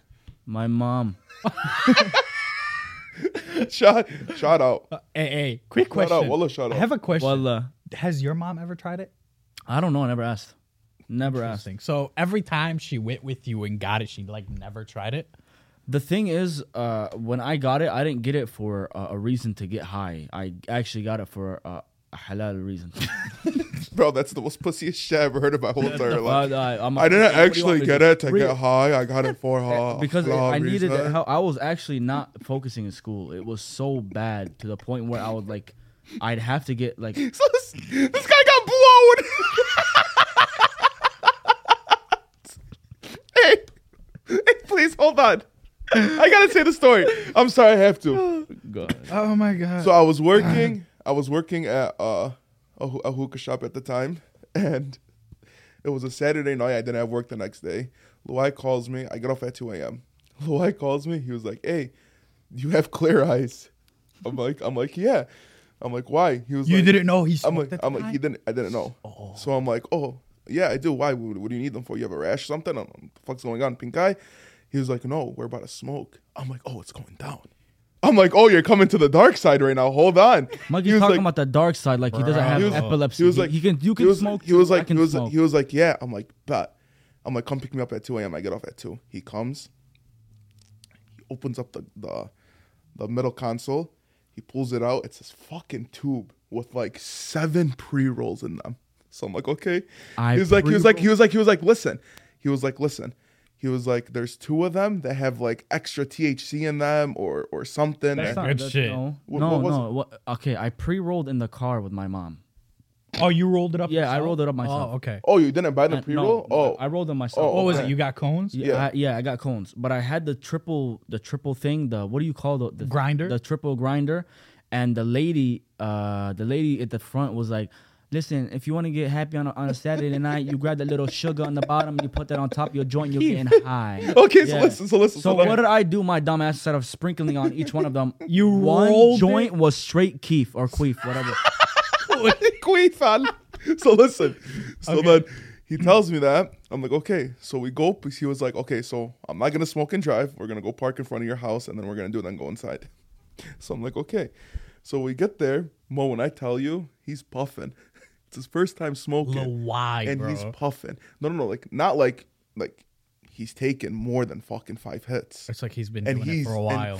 Speaker 2: My mom.
Speaker 3: shot, shot out.
Speaker 1: hey, hey, quick
Speaker 3: Shout out,
Speaker 1: question.
Speaker 3: Wallah, shout
Speaker 1: I
Speaker 3: out.
Speaker 1: have a question.
Speaker 2: Well, uh,
Speaker 1: Has your mom ever tried it?
Speaker 2: I don't know. I never asked. Never asked.
Speaker 1: Interesting. So every time she went with you and got it, she like never tried it.
Speaker 2: The thing is, uh, when I got it, I didn't get it for uh, a reason to get high. I actually got it for uh, a halal reason.
Speaker 3: Bro, that's the most pussiest shit I ever heard in my whole entire life.
Speaker 2: Uh, I- I'm-
Speaker 3: I
Speaker 2: what
Speaker 3: didn't
Speaker 2: do you want
Speaker 3: actually
Speaker 2: me
Speaker 3: get
Speaker 2: do?
Speaker 3: it to
Speaker 2: Real-
Speaker 3: get high. I got it for high.
Speaker 2: because
Speaker 3: for
Speaker 2: I
Speaker 3: a
Speaker 2: needed
Speaker 3: reason.
Speaker 2: how I was actually not focusing in school. It was so bad to the point where I would like, I'd have to get like
Speaker 3: So this, this guy got blown. hey, hey, please hold on. I gotta say the story. I'm sorry, I have to.
Speaker 1: Oh my god.
Speaker 3: So I was working. I was working at uh, a, hoo- a hookah shop at the time, and it was a Saturday night. I didn't have work the next day. Luai calls me. I get off at 2 a.m. Luai calls me. He was like, "Hey, you have clear eyes." I'm like, I'm like, yeah. I'm like, why? He was.
Speaker 1: you
Speaker 3: like,
Speaker 1: didn't know he
Speaker 3: I'm
Speaker 1: smoked
Speaker 3: like,
Speaker 1: at the
Speaker 3: I'm like, he
Speaker 1: time?
Speaker 3: didn't. I didn't know. So I'm like, oh yeah, I do. Why? What, what do you need them for? You have a rash or something? I'm, what the fuck's going on? Pink eye. He was like, no, we're about to smoke. I'm like, oh, it's going down. I'm like, oh, you're coming to the dark side right now. Hold on.
Speaker 2: Monkey's
Speaker 3: He was
Speaker 2: talking
Speaker 3: like-
Speaker 2: about the dark side, like he doesn't
Speaker 1: Bro.
Speaker 2: have
Speaker 1: He was-
Speaker 2: epilepsy.
Speaker 3: He was like,
Speaker 2: he can, you can
Speaker 3: he was,
Speaker 2: smoke.
Speaker 3: He was
Speaker 2: too, I
Speaker 3: like,
Speaker 2: can
Speaker 3: he was,
Speaker 2: smoke.
Speaker 3: he was like, yeah. I'm like, but, I'm like, come pick me up at 2 a.m. I get off at two. He comes. He opens up the the, the middle console. He pulls it out. It's this fucking tube with like seven pre rolls in them. So I'm like, okay.
Speaker 2: I
Speaker 3: he was like, he was like, he was like, he was like, listen. He was like, listen. He was like, there's two of them that have like extra THC in them or or something.
Speaker 1: That's
Speaker 3: And-
Speaker 1: not- Good shit.
Speaker 2: No,
Speaker 3: What-
Speaker 2: no,
Speaker 3: what was
Speaker 2: no. What, okay, I pre-rolled in the car with my mom.
Speaker 1: oh, you rolled it up.
Speaker 2: Yeah, I
Speaker 1: yourself?
Speaker 2: rolled it up myself.
Speaker 1: Oh, okay.
Speaker 3: oh, you didn't buy the
Speaker 2: Uh,
Speaker 3: pre roll?
Speaker 2: No,
Speaker 3: oh,
Speaker 2: I rolled them myself.
Speaker 1: What
Speaker 3: Oh,
Speaker 1: was
Speaker 3: okay.
Speaker 1: it? You got cones?
Speaker 2: Yeah, I, yeah, I got cones, but I had the triple, the triple thing. The what do you call the, the
Speaker 1: Grinder?
Speaker 2: The triple grinder, and the lady, uh, the lady at the front was like, "Listen, if you want to get happy on a, on a Saturday night, you grab that little sugar on the bottom, you put that on top of your joint, you're getting high."
Speaker 3: okay. So
Speaker 2: Yeah.
Speaker 3: listen. So listen.
Speaker 2: So
Speaker 3: let me-
Speaker 2: what did I do, my dumb ass? Instead of sprinkling on each one of them,
Speaker 1: You rolled
Speaker 2: one
Speaker 1: it?
Speaker 2: joint was straight keef or queef, whatever.
Speaker 3: queef on. So listen. So
Speaker 1: Okay.
Speaker 3: then he tells me that. I'm like, okay. So we go. because He was like, okay, so I'm not gonna smoke and drive. We're gonna go park in front of your house and then we're gonna do it and go inside. So I'm like, okay. So we get there. Mo, when I tell you, he's puffing. It's his first time smoking.
Speaker 1: Lil Why,
Speaker 3: and
Speaker 1: bro?
Speaker 3: he's puffing. No, no, no. Like not like like he's taken more than fucking five hits.
Speaker 1: it's like he's been
Speaker 3: and
Speaker 1: doing it
Speaker 3: he's-
Speaker 1: for a while.
Speaker 3: and-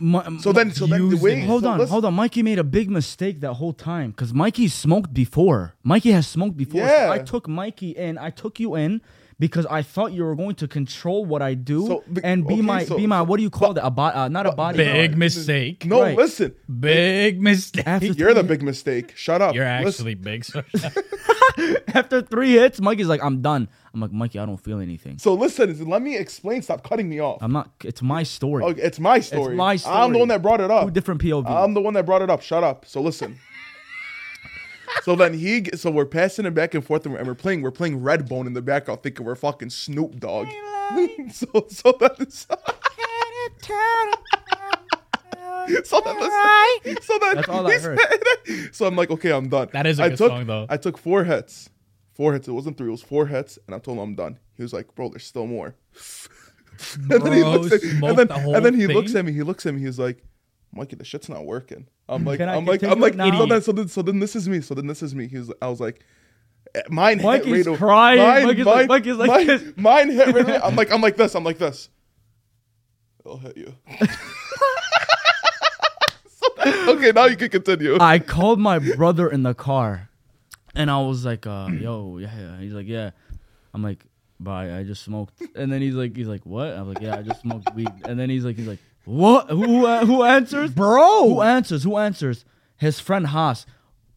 Speaker 2: My-
Speaker 3: So then, so then the
Speaker 1: Using
Speaker 3: way.
Speaker 1: it.
Speaker 2: Hold
Speaker 3: so
Speaker 2: on,
Speaker 3: listen-
Speaker 2: hold on. Mikey made a big mistake that whole time because Mikey smoked before. Mikey has smoked before. So
Speaker 3: Yeah.
Speaker 2: I took Mikey in. I took you in because I thought you were going to control what I do
Speaker 3: So, be-
Speaker 2: and be
Speaker 3: okay,
Speaker 2: my
Speaker 3: so-
Speaker 2: be my what do you call that? A bo- uh, not a body.
Speaker 1: Big
Speaker 2: guard.
Speaker 1: mistake.
Speaker 3: No,
Speaker 2: Right.
Speaker 3: listen.
Speaker 1: Big mistake.
Speaker 2: After
Speaker 3: You're the big mistake. Shut up.
Speaker 1: You're
Speaker 3: Listen.
Speaker 1: actually big. So
Speaker 2: after three hits, Mikey's like, I'm done. I'm like, Mikey, I don't feel anything.
Speaker 3: So listen, let me explain. Stop cutting me off.
Speaker 2: I'm not. It's my story.
Speaker 3: Okay, it's um my story.
Speaker 2: Um, my
Speaker 3: I'm
Speaker 2: story.
Speaker 3: the one that brought it up.
Speaker 2: Two different POV.
Speaker 3: I'm the one that brought it up. Shut up. So listen. so then he, g- so we're passing it back and forth, and we're, and we're playing, we're playing Redbone in the background, thinking we're fucking Snoop Dogg. so so that's. So then, listen, so then
Speaker 2: That's all I
Speaker 3: he's-
Speaker 2: heard.
Speaker 3: So I'm like, okay, I'm done.
Speaker 1: That is a
Speaker 3: I
Speaker 1: good
Speaker 3: took,
Speaker 1: song, though.
Speaker 3: I took four hits, four hits. It wasn't three. It was four hits, and I told him I'm done. He was like, bro, there's still more. and then he
Speaker 1: Bro,
Speaker 3: looks at,
Speaker 1: smoked
Speaker 3: and then,
Speaker 1: the whole
Speaker 3: and then he looks
Speaker 1: thing?
Speaker 3: at me. He looks at me. He's like, Mikey, the shit's not working. I'm like,
Speaker 2: Can I
Speaker 3: I'm like, I'm
Speaker 2: continue
Speaker 3: like,
Speaker 2: now?
Speaker 3: so then, so then, so then this is me. So then this is me. He was, I was like, eh, mine hit
Speaker 2: Mikey's
Speaker 3: right away.
Speaker 2: crying.
Speaker 3: Mine,
Speaker 2: Mikey's
Speaker 3: mine,
Speaker 2: like- Mikey's like
Speaker 3: mine,
Speaker 2: this.
Speaker 3: mine hit right away. I'm like, I'm like this. I'm like this. I'll hit you. So then- okay, now you can continue.
Speaker 2: I called my brother in the car. And I was like, uh, yo, yeah, yeah. He's like, yeah. I'm like, bye. I just smoked. And then he's like, he's like, what? I'm like, yeah, I just smoked weed. And then he's like, he's like, what? Who who, who answers, bro? Who answers? Who answers? His friend Haas.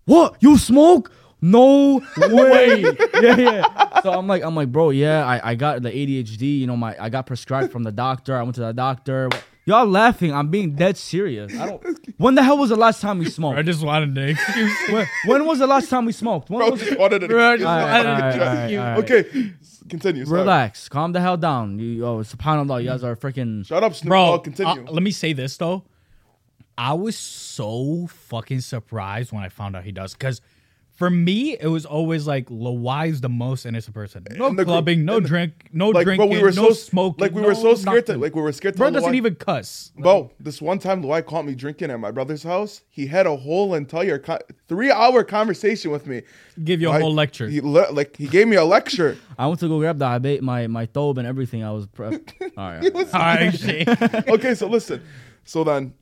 Speaker 2: What? You smoke? No way. yeah, yeah. So I'm like, I'm like, bro, yeah, I, I got the ADHD. You know, my I got prescribed from the doctor. I went to the doctor. Y'all laughing. I'm being dead serious. I don't. When the hell was the last time we smoked?
Speaker 1: I just wanted an excuse.
Speaker 2: when, when was the last time we smoked? When
Speaker 3: Bro,
Speaker 2: was
Speaker 3: just ordered it.
Speaker 1: Bro, just
Speaker 3: Just
Speaker 1: ordered
Speaker 3: ordered
Speaker 1: it.
Speaker 3: it.
Speaker 1: Alright,
Speaker 2: alright,
Speaker 3: Just- Okay, s- continue. sorry.
Speaker 2: Relax. Calm the hell down. You, oh, subhanAllah, you guys are freaking.
Speaker 3: Shut up, Snoop
Speaker 1: bro.
Speaker 3: Dogg. Continue.
Speaker 1: uh, let me say this though. I was so fucking surprised when I found out he does because. For me, it was always like Lawai's the most innocent person. No
Speaker 3: In the group-
Speaker 1: clubbing, no
Speaker 3: in the-
Speaker 1: drink, no
Speaker 3: like,
Speaker 1: drinking,
Speaker 3: bro, we were
Speaker 1: no
Speaker 3: so
Speaker 1: smoking.
Speaker 3: Like, we were
Speaker 1: no
Speaker 3: so scared to,
Speaker 1: nothing.
Speaker 3: like, we were scared to.
Speaker 1: Bro
Speaker 3: tell
Speaker 1: doesn't
Speaker 3: Luai-
Speaker 1: even cuss.
Speaker 3: Bro, this one time, Luai caught me drinking at my brother's house. He had a whole entire co- three-hour conversation with me.
Speaker 1: Give you a
Speaker 3: Like,
Speaker 1: whole lecture.
Speaker 3: He le- like he gave me a lecture.
Speaker 2: I went to go grab the abate, my my thobe and everything. I was. Pre- all right. all right.
Speaker 1: All right, shit. yeah,
Speaker 3: okay, so listen. So then,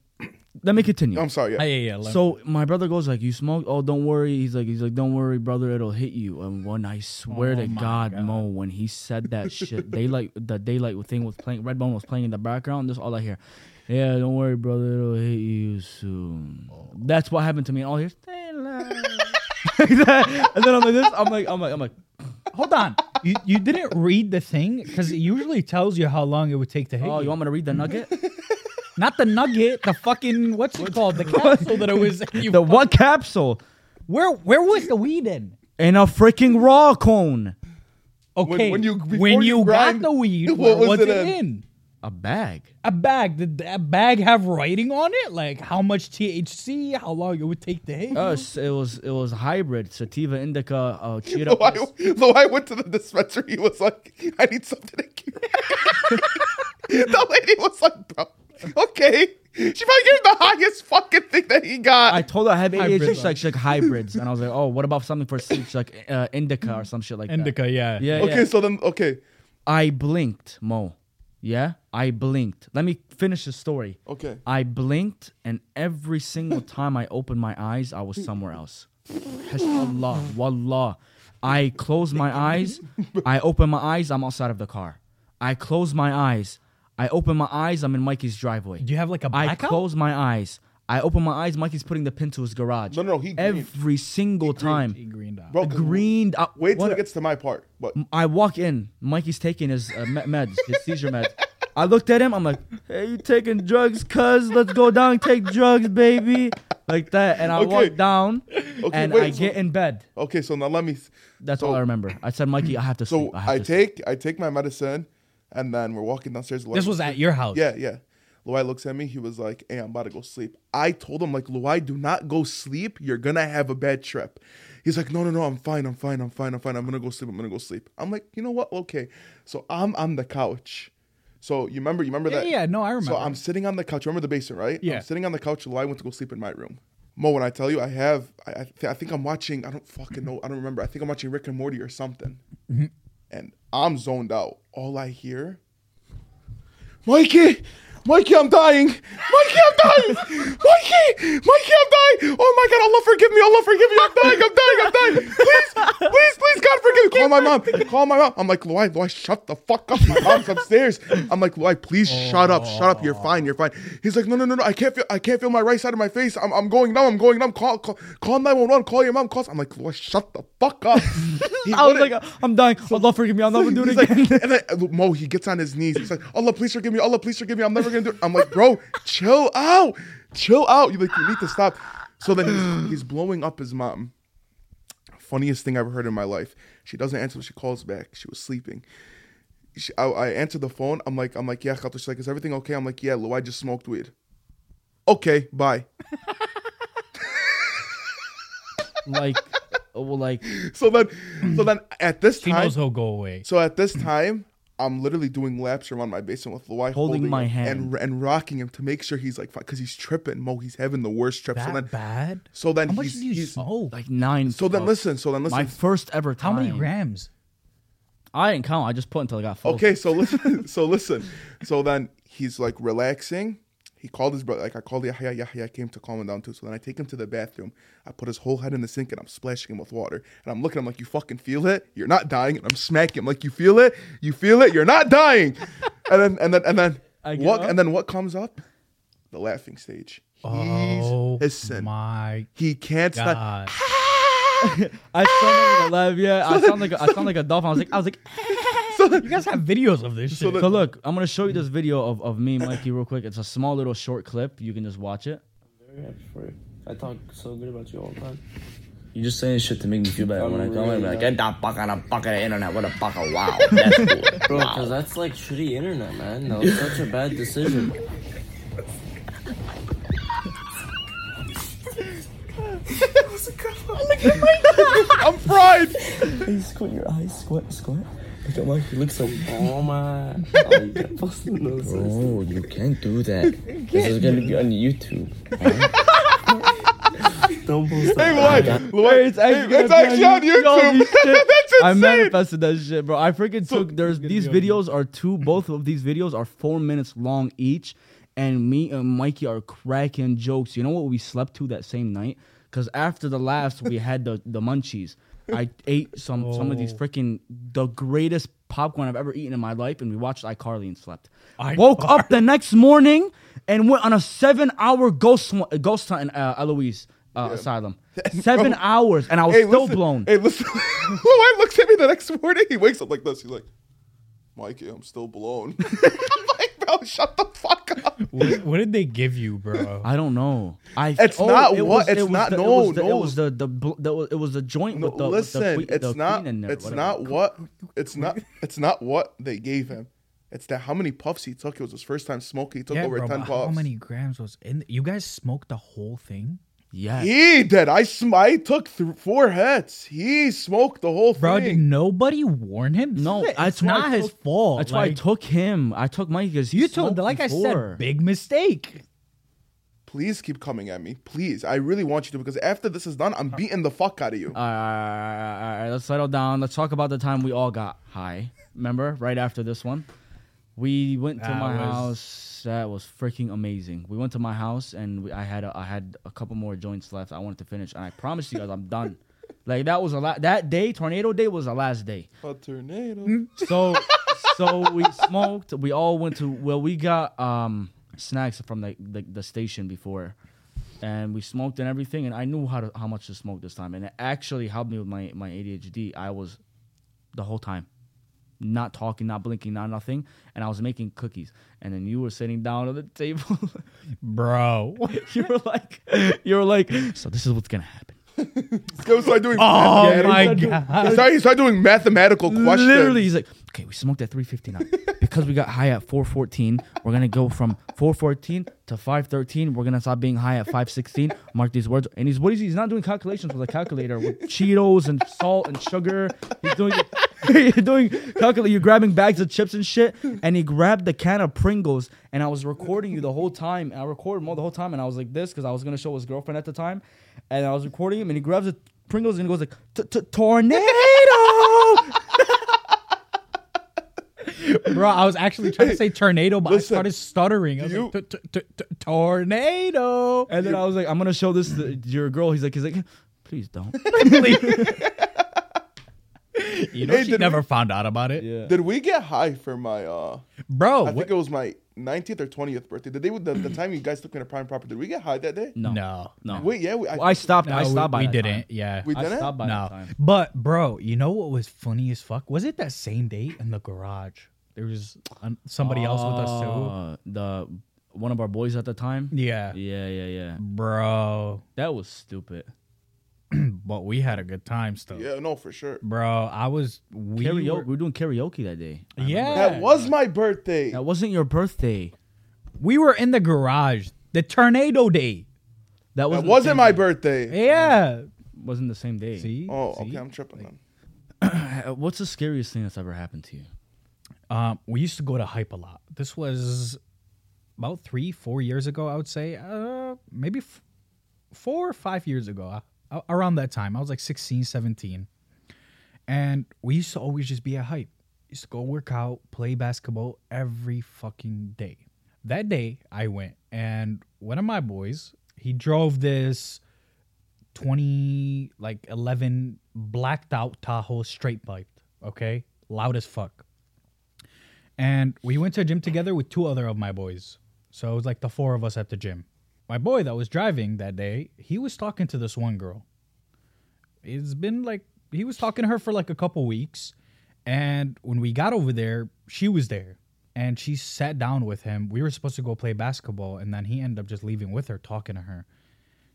Speaker 2: Let me continue.
Speaker 3: I'm sorry.
Speaker 1: yeah,
Speaker 3: Yeah.
Speaker 1: yeah. let-
Speaker 2: So my brother goes like, "You smoke? Oh, don't worry." He's like, "He's like, don't worry, brother. It'll hit you." And when I swear to God, Mo, when he said that shit, daylight, the daylight thing was playing. Redbone was playing in the background. That's all I hear. Yeah, don't worry, brother. It'll hit you soon. That's what happened to me. And all I hear, is, "Daylight." and then I'm like this. I'm like, I'm like, I'm like.
Speaker 1: hold on. You, you didn't read the thing because it usually tells you how long it would take to hit.
Speaker 2: Oh, you
Speaker 1: you.
Speaker 2: want me to read the nugget?
Speaker 1: Not the nugget, the fucking what's it called? The capsule that it was. You,
Speaker 2: the one capsule
Speaker 1: where where was the weed in?
Speaker 2: in a freaking raw cone.
Speaker 1: Okay,
Speaker 3: when
Speaker 1: when
Speaker 3: you-
Speaker 1: you
Speaker 3: before you grind,
Speaker 1: got the weed,
Speaker 3: what
Speaker 1: what
Speaker 3: was
Speaker 1: was,
Speaker 3: it
Speaker 1: it,
Speaker 3: in?
Speaker 1: in?
Speaker 2: A bag.
Speaker 1: A bag. Did that bag have writing on it? Like how much THC? How long it would take to hit?
Speaker 2: Uh, s- it was it was hybrid sativa indica uh, cheetah.
Speaker 3: Luai, Luai went to the dispensary. He was like, "I need something to cure." the lady was like, "Bro, okay." She probably gave him the highest fucking thing that he got.
Speaker 2: I told her I have ADHD.
Speaker 1: Hybrid.
Speaker 2: She's like, she's like hybrids, and I was like, oh, what about something for sleep? She's like uh, indica or some shit like
Speaker 1: Indica,
Speaker 2: that.
Speaker 1: yeah.
Speaker 2: Yeah.
Speaker 3: okay,
Speaker 2: yeah.
Speaker 3: so then, okay,
Speaker 2: I blinked, Mo. Yeah, I blinked. Let me finish the story.
Speaker 3: okay.
Speaker 2: I blinked, and every single time I opened my eyes, I was somewhere else. Allah, wallah. I close my eyes. I open my eyes. I'm outside of the car. I close my eyes. I open my eyes. I'm in Mikey's driveway.
Speaker 1: Do you have like a
Speaker 2: I
Speaker 1: blackout?
Speaker 2: close my eyes. I open my eyes. Mikey's putting the pin to his garage.
Speaker 3: No, no, no, he greened.
Speaker 2: every single
Speaker 1: He
Speaker 2: time.
Speaker 1: greened out.
Speaker 3: Bro,
Speaker 2: Greened. out.
Speaker 3: Wait till
Speaker 2: What-
Speaker 3: it gets to my part. But
Speaker 2: I walk in. Mikey's taking his uh, me- meds, his seizure meds. I looked at him. I'm like, "Hey, you taking drugs, cuz? Let's go down, and take drugs, baby." Like that, and I
Speaker 3: Okay.
Speaker 2: walk down, and
Speaker 3: wait,
Speaker 2: I
Speaker 3: so-
Speaker 2: get in bed.
Speaker 3: okay, so now let me.
Speaker 2: That's
Speaker 3: so-
Speaker 2: all I remember. I said, "Mikey, I have to
Speaker 3: So
Speaker 2: sleep." have
Speaker 3: I
Speaker 2: to sleep."
Speaker 3: take I take my medicine, and then we're walking downstairs. Luai
Speaker 1: This was at your house.
Speaker 3: Yeah, yeah. Luai looks at me. He was like, "Hey, I'm about to go sleep." I told him like, "Luai, do not go sleep. You're gonna have a bad trip." He's like, "No, no, no. I'm fine. I'm fine. I'm fine. I'm fine. I'm gonna go sleep. I'm gonna go sleep." I'm like, "You know what? Okay." So I'm on the couch. So you remember? You remember
Speaker 1: Yeah,
Speaker 3: that?
Speaker 1: yeah, no, I remember.
Speaker 3: So I'm sitting on the couch. Remember the basement, right?
Speaker 1: Yeah.
Speaker 3: I'm sitting on the couch. Luai went to go sleep in my room. Mo, when I tell you, I have. I, I, th- I think I'm watching. I don't fucking know. I don't remember. I think I'm watching Rick and Morty or something.
Speaker 1: Mm-hmm.
Speaker 3: And I'm zoned out. All I hear Mikey, Mikey, I'm dying. Mikey, I'm dying. Mikey, Mikey, I'm dying. Oh my God, Allah forgive me. Allah forgive me. I'm dying. I'm dying. I'm dying. Please, please, please, God forgive me. Call my mom. Call my mom. I'm like, Loy, Loy, shut the fuck up. My mom's upstairs. I'm like, Loy, please shut up. Shut up. You're fine. You're fine. He's like, no, no, no, no. I can't feel. I can't feel my right side of my face. I'm, I'm going numb. I'm going numb. Call, call, call 911. Call your mom. Call. I'm like, Loy, shut the fuck up. He
Speaker 2: I was
Speaker 3: wouldn't-
Speaker 2: like, "I'm dying. Allah forgive me. I'll never do it
Speaker 3: He's
Speaker 2: again."
Speaker 3: Like, and then uh, Mo, he gets on his knees. He's like, Allah, please forgive me. Allah, please forgive me. I'm never gonna do it. I'm like, bro, chill out, chill out. You like, you need to stop. So then he's, he's blowing up his mom. Funniest thing I've ever heard in my life. She doesn't answer when she calls back. She was sleeping. She, I, I answered the phone. I'm like, I'm like, yeah, Khato. She's like, is everything okay? I'm like, yeah, Lou, I just smoked weed. Okay, bye.
Speaker 2: like, well, like,
Speaker 3: So then, so then at this
Speaker 1: She
Speaker 3: time,
Speaker 1: knows he'll go away.
Speaker 3: So at this time, I'm literally doing laps around my basement with Luai,
Speaker 2: Holding my
Speaker 3: him
Speaker 2: hand.
Speaker 3: and and rocking him to make sure he's like fine because he's tripping. Mo, he's having the worst trip.
Speaker 1: That
Speaker 3: so then,
Speaker 1: bad?
Speaker 3: so then
Speaker 1: How much
Speaker 3: he's,
Speaker 1: did you
Speaker 3: he's-
Speaker 1: smoke?
Speaker 2: like nine.
Speaker 3: so then
Speaker 2: of-
Speaker 3: listen, so then
Speaker 2: My
Speaker 3: listen.
Speaker 2: first ever
Speaker 1: How
Speaker 2: time.
Speaker 1: many grams?
Speaker 2: I didn't count. I just put until I got full.
Speaker 3: okay, so listen, so listen, so then he's like relaxing. He called his brother. Like I called Yahya. Yahya came to calm him down too. So then I take him to the bathroom. I put his whole head in the sink and I'm splashing him with water. And I'm looking. I'm like, you fucking feel it? You're not dying. And I'm smacking him. Like you feel it? You feel it? You're not dying. and then and then and then
Speaker 2: I get
Speaker 3: what?
Speaker 2: up.
Speaker 3: And then what comes up? The laughing stage. He's
Speaker 1: Oh
Speaker 3: hissing.
Speaker 1: my
Speaker 3: He can't stop.
Speaker 1: god!
Speaker 2: I sound like a lab, yeah. I sound like a, I sound like a dolphin. I was like, I was like.
Speaker 1: You guys have videos of this shit.
Speaker 2: So look, I'm gonna show you this video of, of me, and Mikey, real quick. It's a small little short clip. You can just watch it.
Speaker 6: very happy for you. I talk so good about you all the time.
Speaker 7: You're just saying shit to make me feel better
Speaker 6: I'm
Speaker 7: when I come in.
Speaker 6: really
Speaker 7: Like,
Speaker 6: not.
Speaker 7: get that buck on a buck of the internet. What a buck of wow. That's cool.
Speaker 6: Bro, because that's like shitty internet, man. That was such a bad decision.
Speaker 3: I'm fried.
Speaker 6: Please squint your eyes, squint, squint. I don't like you look so. Oh my. Oh, you get busted those.
Speaker 7: Oh, you can't do that. This is gonna be on YouTube.
Speaker 6: Don't post
Speaker 3: Hey,
Speaker 6: that.
Speaker 3: Lloyd. Lloyd,
Speaker 2: it's actually,
Speaker 3: it's actually on YouTube. That's
Speaker 2: I
Speaker 3: insane.
Speaker 2: manifested that shit, bro. I freaking took. There's these videos are two. Both of these videos are four minutes long each, and me and Mikey are cracking jokes. You know what we slept to that same night? Because after the laughs, we had the the munchies. I ate some some of these
Speaker 1: Oh.
Speaker 2: freaking the greatest popcorn I've ever eaten in my life, and we watched iCarly and slept.
Speaker 1: iCarly.
Speaker 2: Woke up the next morning and went on a seven-hour ghost wa- ghost hunt in uh, Eloise uh, Asylum. Seven hours, and I was
Speaker 3: Hey,
Speaker 2: still
Speaker 3: listen.
Speaker 2: blown.
Speaker 3: Hey, listen. Lloyd looks at me the next morning. He wakes up like this. He's like, Mikey, I'm still blown. I'm like, bro, shut the fuck up.
Speaker 1: What, what did they give you, bro?
Speaker 2: I don't know. I oh,
Speaker 3: It's not what- it's
Speaker 2: was
Speaker 3: not-
Speaker 2: the-
Speaker 3: no,
Speaker 2: it was the,
Speaker 3: no.
Speaker 2: It was the the, bl- the it was the joint
Speaker 3: No,
Speaker 2: with the with the
Speaker 3: listen,
Speaker 2: que-
Speaker 3: it's
Speaker 2: the
Speaker 3: not.
Speaker 2: queen in there,
Speaker 3: It's
Speaker 2: whatever.
Speaker 3: not what. It's not. It's not what they gave him. It's that how many puffs he took. It was his first time smoking. He took
Speaker 1: yeah,
Speaker 3: over
Speaker 1: bro,
Speaker 3: ten
Speaker 1: but
Speaker 3: puffs.
Speaker 1: how many grams was in? th- you guys smoked the whole thing,
Speaker 2: Yeah.
Speaker 3: He did. I sm- I took th- four hits. He smoked the whole
Speaker 1: bro? Did
Speaker 3: thing.
Speaker 1: nobody warn him? This
Speaker 2: No,
Speaker 1: is it.
Speaker 2: that's
Speaker 1: it's
Speaker 2: why I
Speaker 1: not his
Speaker 2: took-
Speaker 1: fault.
Speaker 2: That's why I
Speaker 1: Like,
Speaker 2: took him. I took Mike because
Speaker 1: you took. Like I said, big mistake.
Speaker 3: Please keep coming at me. Please, I really want you to because after this is done, I'm beating the fuck out of you.
Speaker 2: All right, all right, all right, all right, let's settle down. Let's talk about the time we all got high. Remember, right after this one, we went to
Speaker 1: That
Speaker 2: my
Speaker 1: was-
Speaker 2: house. That was freaking amazing. We went to my house, and we, I had a, I had a couple more joints left. I wanted to finish, and I promised you guys, I'm done. Like that was a lot. That day, tornado day, was the last day.
Speaker 3: A tornado.
Speaker 2: So so we smoked. We all went to well, we got um snacks from the, the the station before, and we smoked and everything. And I knew how to how much to smoke this time, and it actually helped me with my my ADHD. I was the whole time. Not talking, not blinking, not nothing, and I was making cookies. And then you were sitting down at the table.
Speaker 1: Bro,
Speaker 2: you were like, you were like, so this is what's gonna happen.
Speaker 3: So I started doing.
Speaker 1: oh
Speaker 3: mathematical-
Speaker 1: my god!
Speaker 3: He started, he started doing mathematical questions.
Speaker 2: Literally, he's like, okay, we smoked at 359. because we got high at 414, we're going to go from 414 to 513. We're going to stop being high at 516. Mark these words. And he's, what is he? He's not doing calculations with a calculator with Cheetos and salt and sugar. He's doing, you're doing, calculate, you're grabbing bags of chips and shit. And he grabbed the can of Pringles. And I was recording you the whole time. And I recorded him all the whole time. And I was like this because I was going to show his girlfriend at the time. And I was recording him. And he grabs the Pringles and he goes like, "T- t- tornado.
Speaker 1: Bro, I was actually trying to say tornado, but
Speaker 3: listen,
Speaker 1: I started stuttering. I was
Speaker 3: you-
Speaker 1: like, "T- t- t- t- tornado.
Speaker 2: And then I was like, I'm gonna show this to your girl. He's like, he's like, please don't.
Speaker 1: You know,
Speaker 3: Hey,
Speaker 1: she
Speaker 3: did we-
Speaker 1: never found out about it.
Speaker 2: yeah.
Speaker 3: Did we get high for my? uh
Speaker 1: Bro,
Speaker 3: I
Speaker 1: what-
Speaker 3: think it was my 19th or 20th birthday. The day with the, the time you guys took me to Prime Proper. Did we get high that day?
Speaker 2: No.
Speaker 1: no.
Speaker 2: No.
Speaker 3: Wait, yeah, we, I,
Speaker 2: Well, I stopped.
Speaker 1: No,
Speaker 2: I
Speaker 1: we-
Speaker 2: stopped by
Speaker 1: we
Speaker 2: that
Speaker 1: didn't.
Speaker 2: time.
Speaker 1: Yeah.
Speaker 3: we
Speaker 2: I
Speaker 3: didn't.
Speaker 2: stopped by
Speaker 1: no.
Speaker 2: that time.
Speaker 1: But bro, you know what was funny as fuck? Was it that same date in the garage? There was um, somebody else with us too.
Speaker 2: Uh, the one of our boys at the time.
Speaker 1: Yeah.
Speaker 2: Yeah, yeah, yeah.
Speaker 1: Bro,
Speaker 2: That was stupid.
Speaker 1: but we had a good time still.
Speaker 3: yeah, no, for sure.
Speaker 1: Bro, I was we
Speaker 2: karaoke.
Speaker 1: were-
Speaker 2: we were doing karaoke that day.
Speaker 1: yeah.
Speaker 3: That was my birthday.
Speaker 2: That wasn't your birthday.
Speaker 1: we were in the garage. The tornado day.
Speaker 2: That
Speaker 3: That
Speaker 2: wasn't.
Speaker 3: wasn't my birthday.
Speaker 1: Yeah.
Speaker 2: Wasn't the same day.
Speaker 1: See?
Speaker 3: Oh,
Speaker 1: See?
Speaker 3: okay, I'm tripping then.
Speaker 2: Uh, What's the scariest thing that's ever happened to you?
Speaker 1: Um, we used to go to Hype a lot. This was about three, four years ago, I would say. Uh, maybe f- four or five years ago, uh, around that time. I was like 16, 17. And we used to always just be at Hype. Used to go work out, play basketball every fucking day. That day, I went and one of my boys he drove this 20 like 11 blacked out tahoe straight piped okay loud as fuck and we went to a gym together with two other of my boys so it was like the four of us at the gym my boy that was driving that day he was talking to this one girl it's been like he was talking to her for like a couple weeks and when we got over there she was there and she sat down with him we were supposed to go play basketball and then he ended up just leaving with her talking to her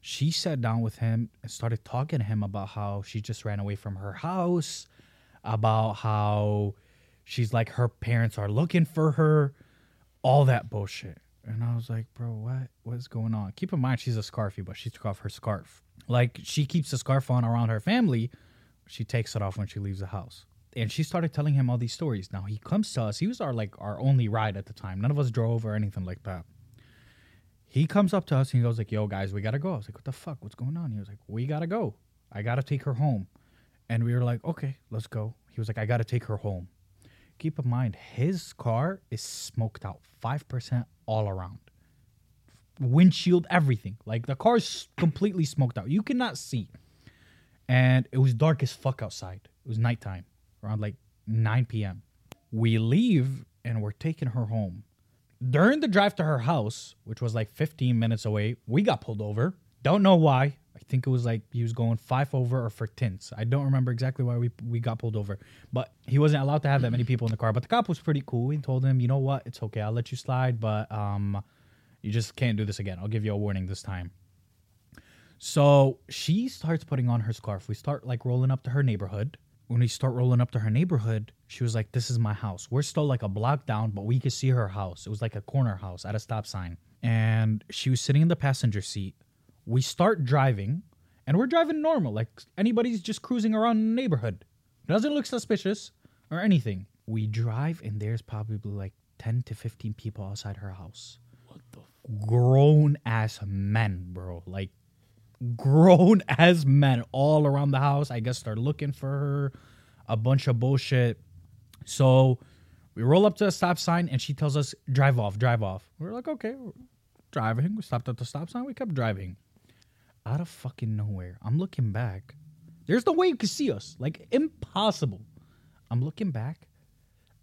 Speaker 1: she sat down with him and started talking to him about how she just ran away from her house about how she's like her parents are looking for her all that bullshit and i was like bro what what's going on keep in mind she's a scarfy but she took off her scarf like she keeps the scarf on around her family she takes it off when she leaves the house and she started telling him all these stories now he comes to us he was our like our only ride at the time none of us drove or anything like that he comes up to us and he goes like, "Yo, guys, we gotta go." I was like, "What the fuck? What's going on?" He was like, "We gotta go. I gotta take her home." And we were like, "Okay, let's go." He was like, "I gotta take her home." Keep in mind, his car is smoked out five percent all around, windshield, everything. Like the car's completely smoked out. You cannot see. And it was dark as fuck outside. It was nighttime, around like 9 p.m. We leave and we're taking her home during the drive to her house, which was like 15 minutes away, we got pulled over. Don't know why. I think it was like he was going five over or for tints. I don't remember exactly why we, we got pulled over, but he wasn't allowed to have that many people in the car. But the cop was pretty cool. He told him, you know what? It's okay. I'll let you slide, but um, you just can't do this again. I'll give you a warning this time. So she starts putting on her scarf. We start like rolling up to her neighborhood. When we start rolling up to her neighborhood, she was like, This is my house. We're still like a block down, but we could see her house. It was like a corner house at a stop sign. And she was sitting in the passenger seat. We start driving, and we're driving normal, like anybody's just cruising around the neighborhood. Doesn't look suspicious or anything. We drive, and there's probably like 10 to 15 people outside her house. What the grown ass men, bro. Like grown as men all around the house. I guess they're looking for her, a bunch of bullshit. So we roll up to a stop sign and she tells us, drive off, drive off. We're like, okay, we're driving. We stopped at the stop sign. We kept driving. Out of fucking nowhere, I'm looking back. There's no way you could see us. Like, impossible. I'm looking back.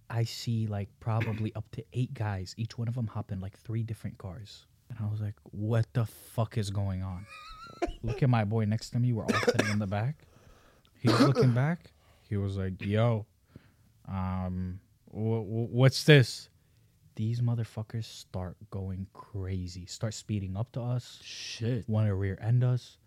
Speaker 1: I see like probably up to eight guys, each one of them hop in like three different cars. And I was like, what the fuck is going on? Look at my boy next to me. We're all sitting in the back. He was looking back. He was like, yo, um, wh- wh- what's this? These motherfuckers start going crazy, start speeding up to us
Speaker 2: Shit.
Speaker 1: want to rear end us.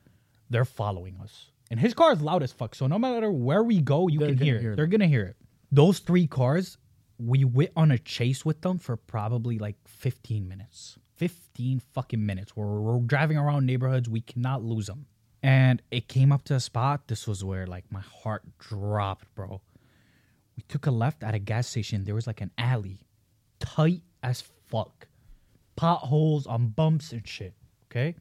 Speaker 1: They're following us. And his car is loud as fuck. So no matter where we go, you
Speaker 2: They're
Speaker 1: can
Speaker 2: gonna
Speaker 1: hear it.
Speaker 2: hear
Speaker 1: They're going to hear it. Those three cars, we went on a chase with them for probably like 15 minutes. 15 fucking minutes. We're, we're driving around neighborhoods. We cannot lose them. And it came up to a spot. This was where like my heart dropped, bro. We took a left at a gas station. There was like an alley, tight as fuck. Potholes on bumps and shit. Okay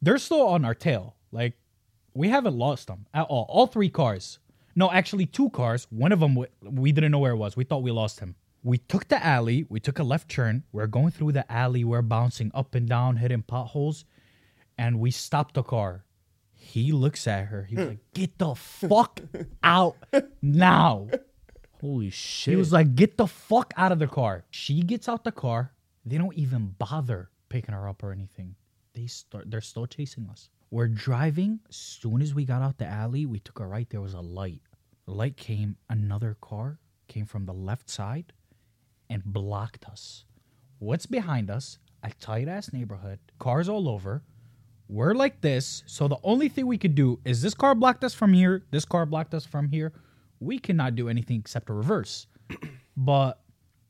Speaker 1: they're still on our tail. Like we haven't lost them at all. All three cars. No, actually two cars. One of them we, we didn't know where it was. We thought we lost him. We took the alley. We took a left turn. We're going through the alley. We're bouncing up and down, hitting potholes, and we stopped the car. He looks at her. He's like, "Get the fuck out now!"
Speaker 2: Holy shit.
Speaker 1: He was like, get the fuck out of the car. She gets out the car. They don't even bother picking her up or anything. They start they're still chasing us. We're driving. Soon as we got out the alley, we took a right. There was a light. The light came, another car came from the left side and blocked us. What's behind us? A tight ass neighborhood, cars all over. We're like this, so the only thing we could do is this car blocked us from here, this car blocked us from here. We cannot do anything except a reverse. but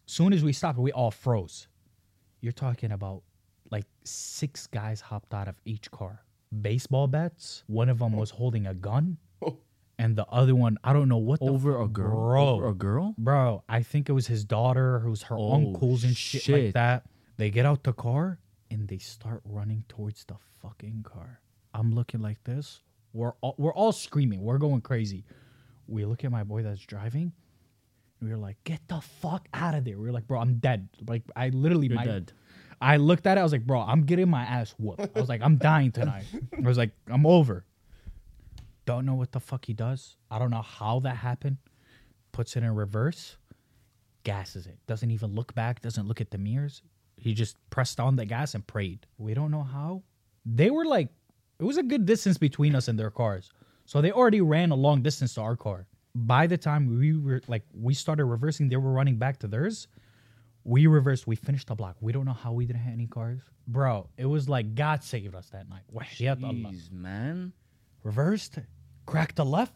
Speaker 1: soon as we stopped, we all froze. You're talking about like six guys hopped out of each car. Baseball bats. One of them was holding a gun, and the other one, I don't know what the
Speaker 2: over a
Speaker 1: fuck-
Speaker 2: girl.
Speaker 1: Bro,
Speaker 2: Over a girl?
Speaker 1: bro i think it was his daughter who's her
Speaker 2: Oh,
Speaker 1: uncles and shit, like
Speaker 2: shit.
Speaker 1: that they get out the car and they start running towards the fucking car i'm looking like this we're all, we're all screaming we're going crazy we look at my boy that's driving and we were like get the fuck out of there we were like bro i'm dead like i literally
Speaker 2: You're
Speaker 1: my,
Speaker 2: dead.
Speaker 1: I looked at it. I was like, bro, I'm getting my ass whooped. I was like, I'm dying tonight. I was like, I'm over. Don't know what the fuck he does. I don't know how that happened. Puts it in reverse, gasses it. Doesn't even look back. Doesn't look at the mirrors. He just pressed on the gas and prayed. We don't know how. They were like, it was a good distance between us and their cars, so they already ran a long distance to our car. By the time we were like, we started reversing, they were running back to theirs. We reversed. We finished the block. We don't know how we didn't hit any cars, bro. It was like God saved us that night. Wahsiyat Allah
Speaker 2: Jeez, man.
Speaker 1: reversed, cracked the left,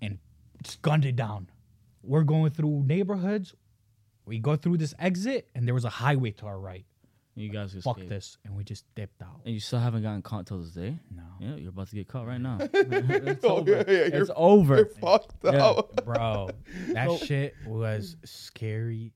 Speaker 1: and just gunned it down. We're going through neighborhoods. We go through this exit, and there was a highway to our right.
Speaker 2: You guys escaped.
Speaker 1: Fuck this, and we just dipped out.
Speaker 2: And you still haven't gotten caught till this day?
Speaker 1: No.
Speaker 2: Yeah, you're about to get caught right now. it's
Speaker 3: Oh,
Speaker 2: over.
Speaker 3: yeah, yeah,
Speaker 2: it's
Speaker 3: you're-
Speaker 2: over.
Speaker 3: Fucked up.
Speaker 1: Bro, that shit was scary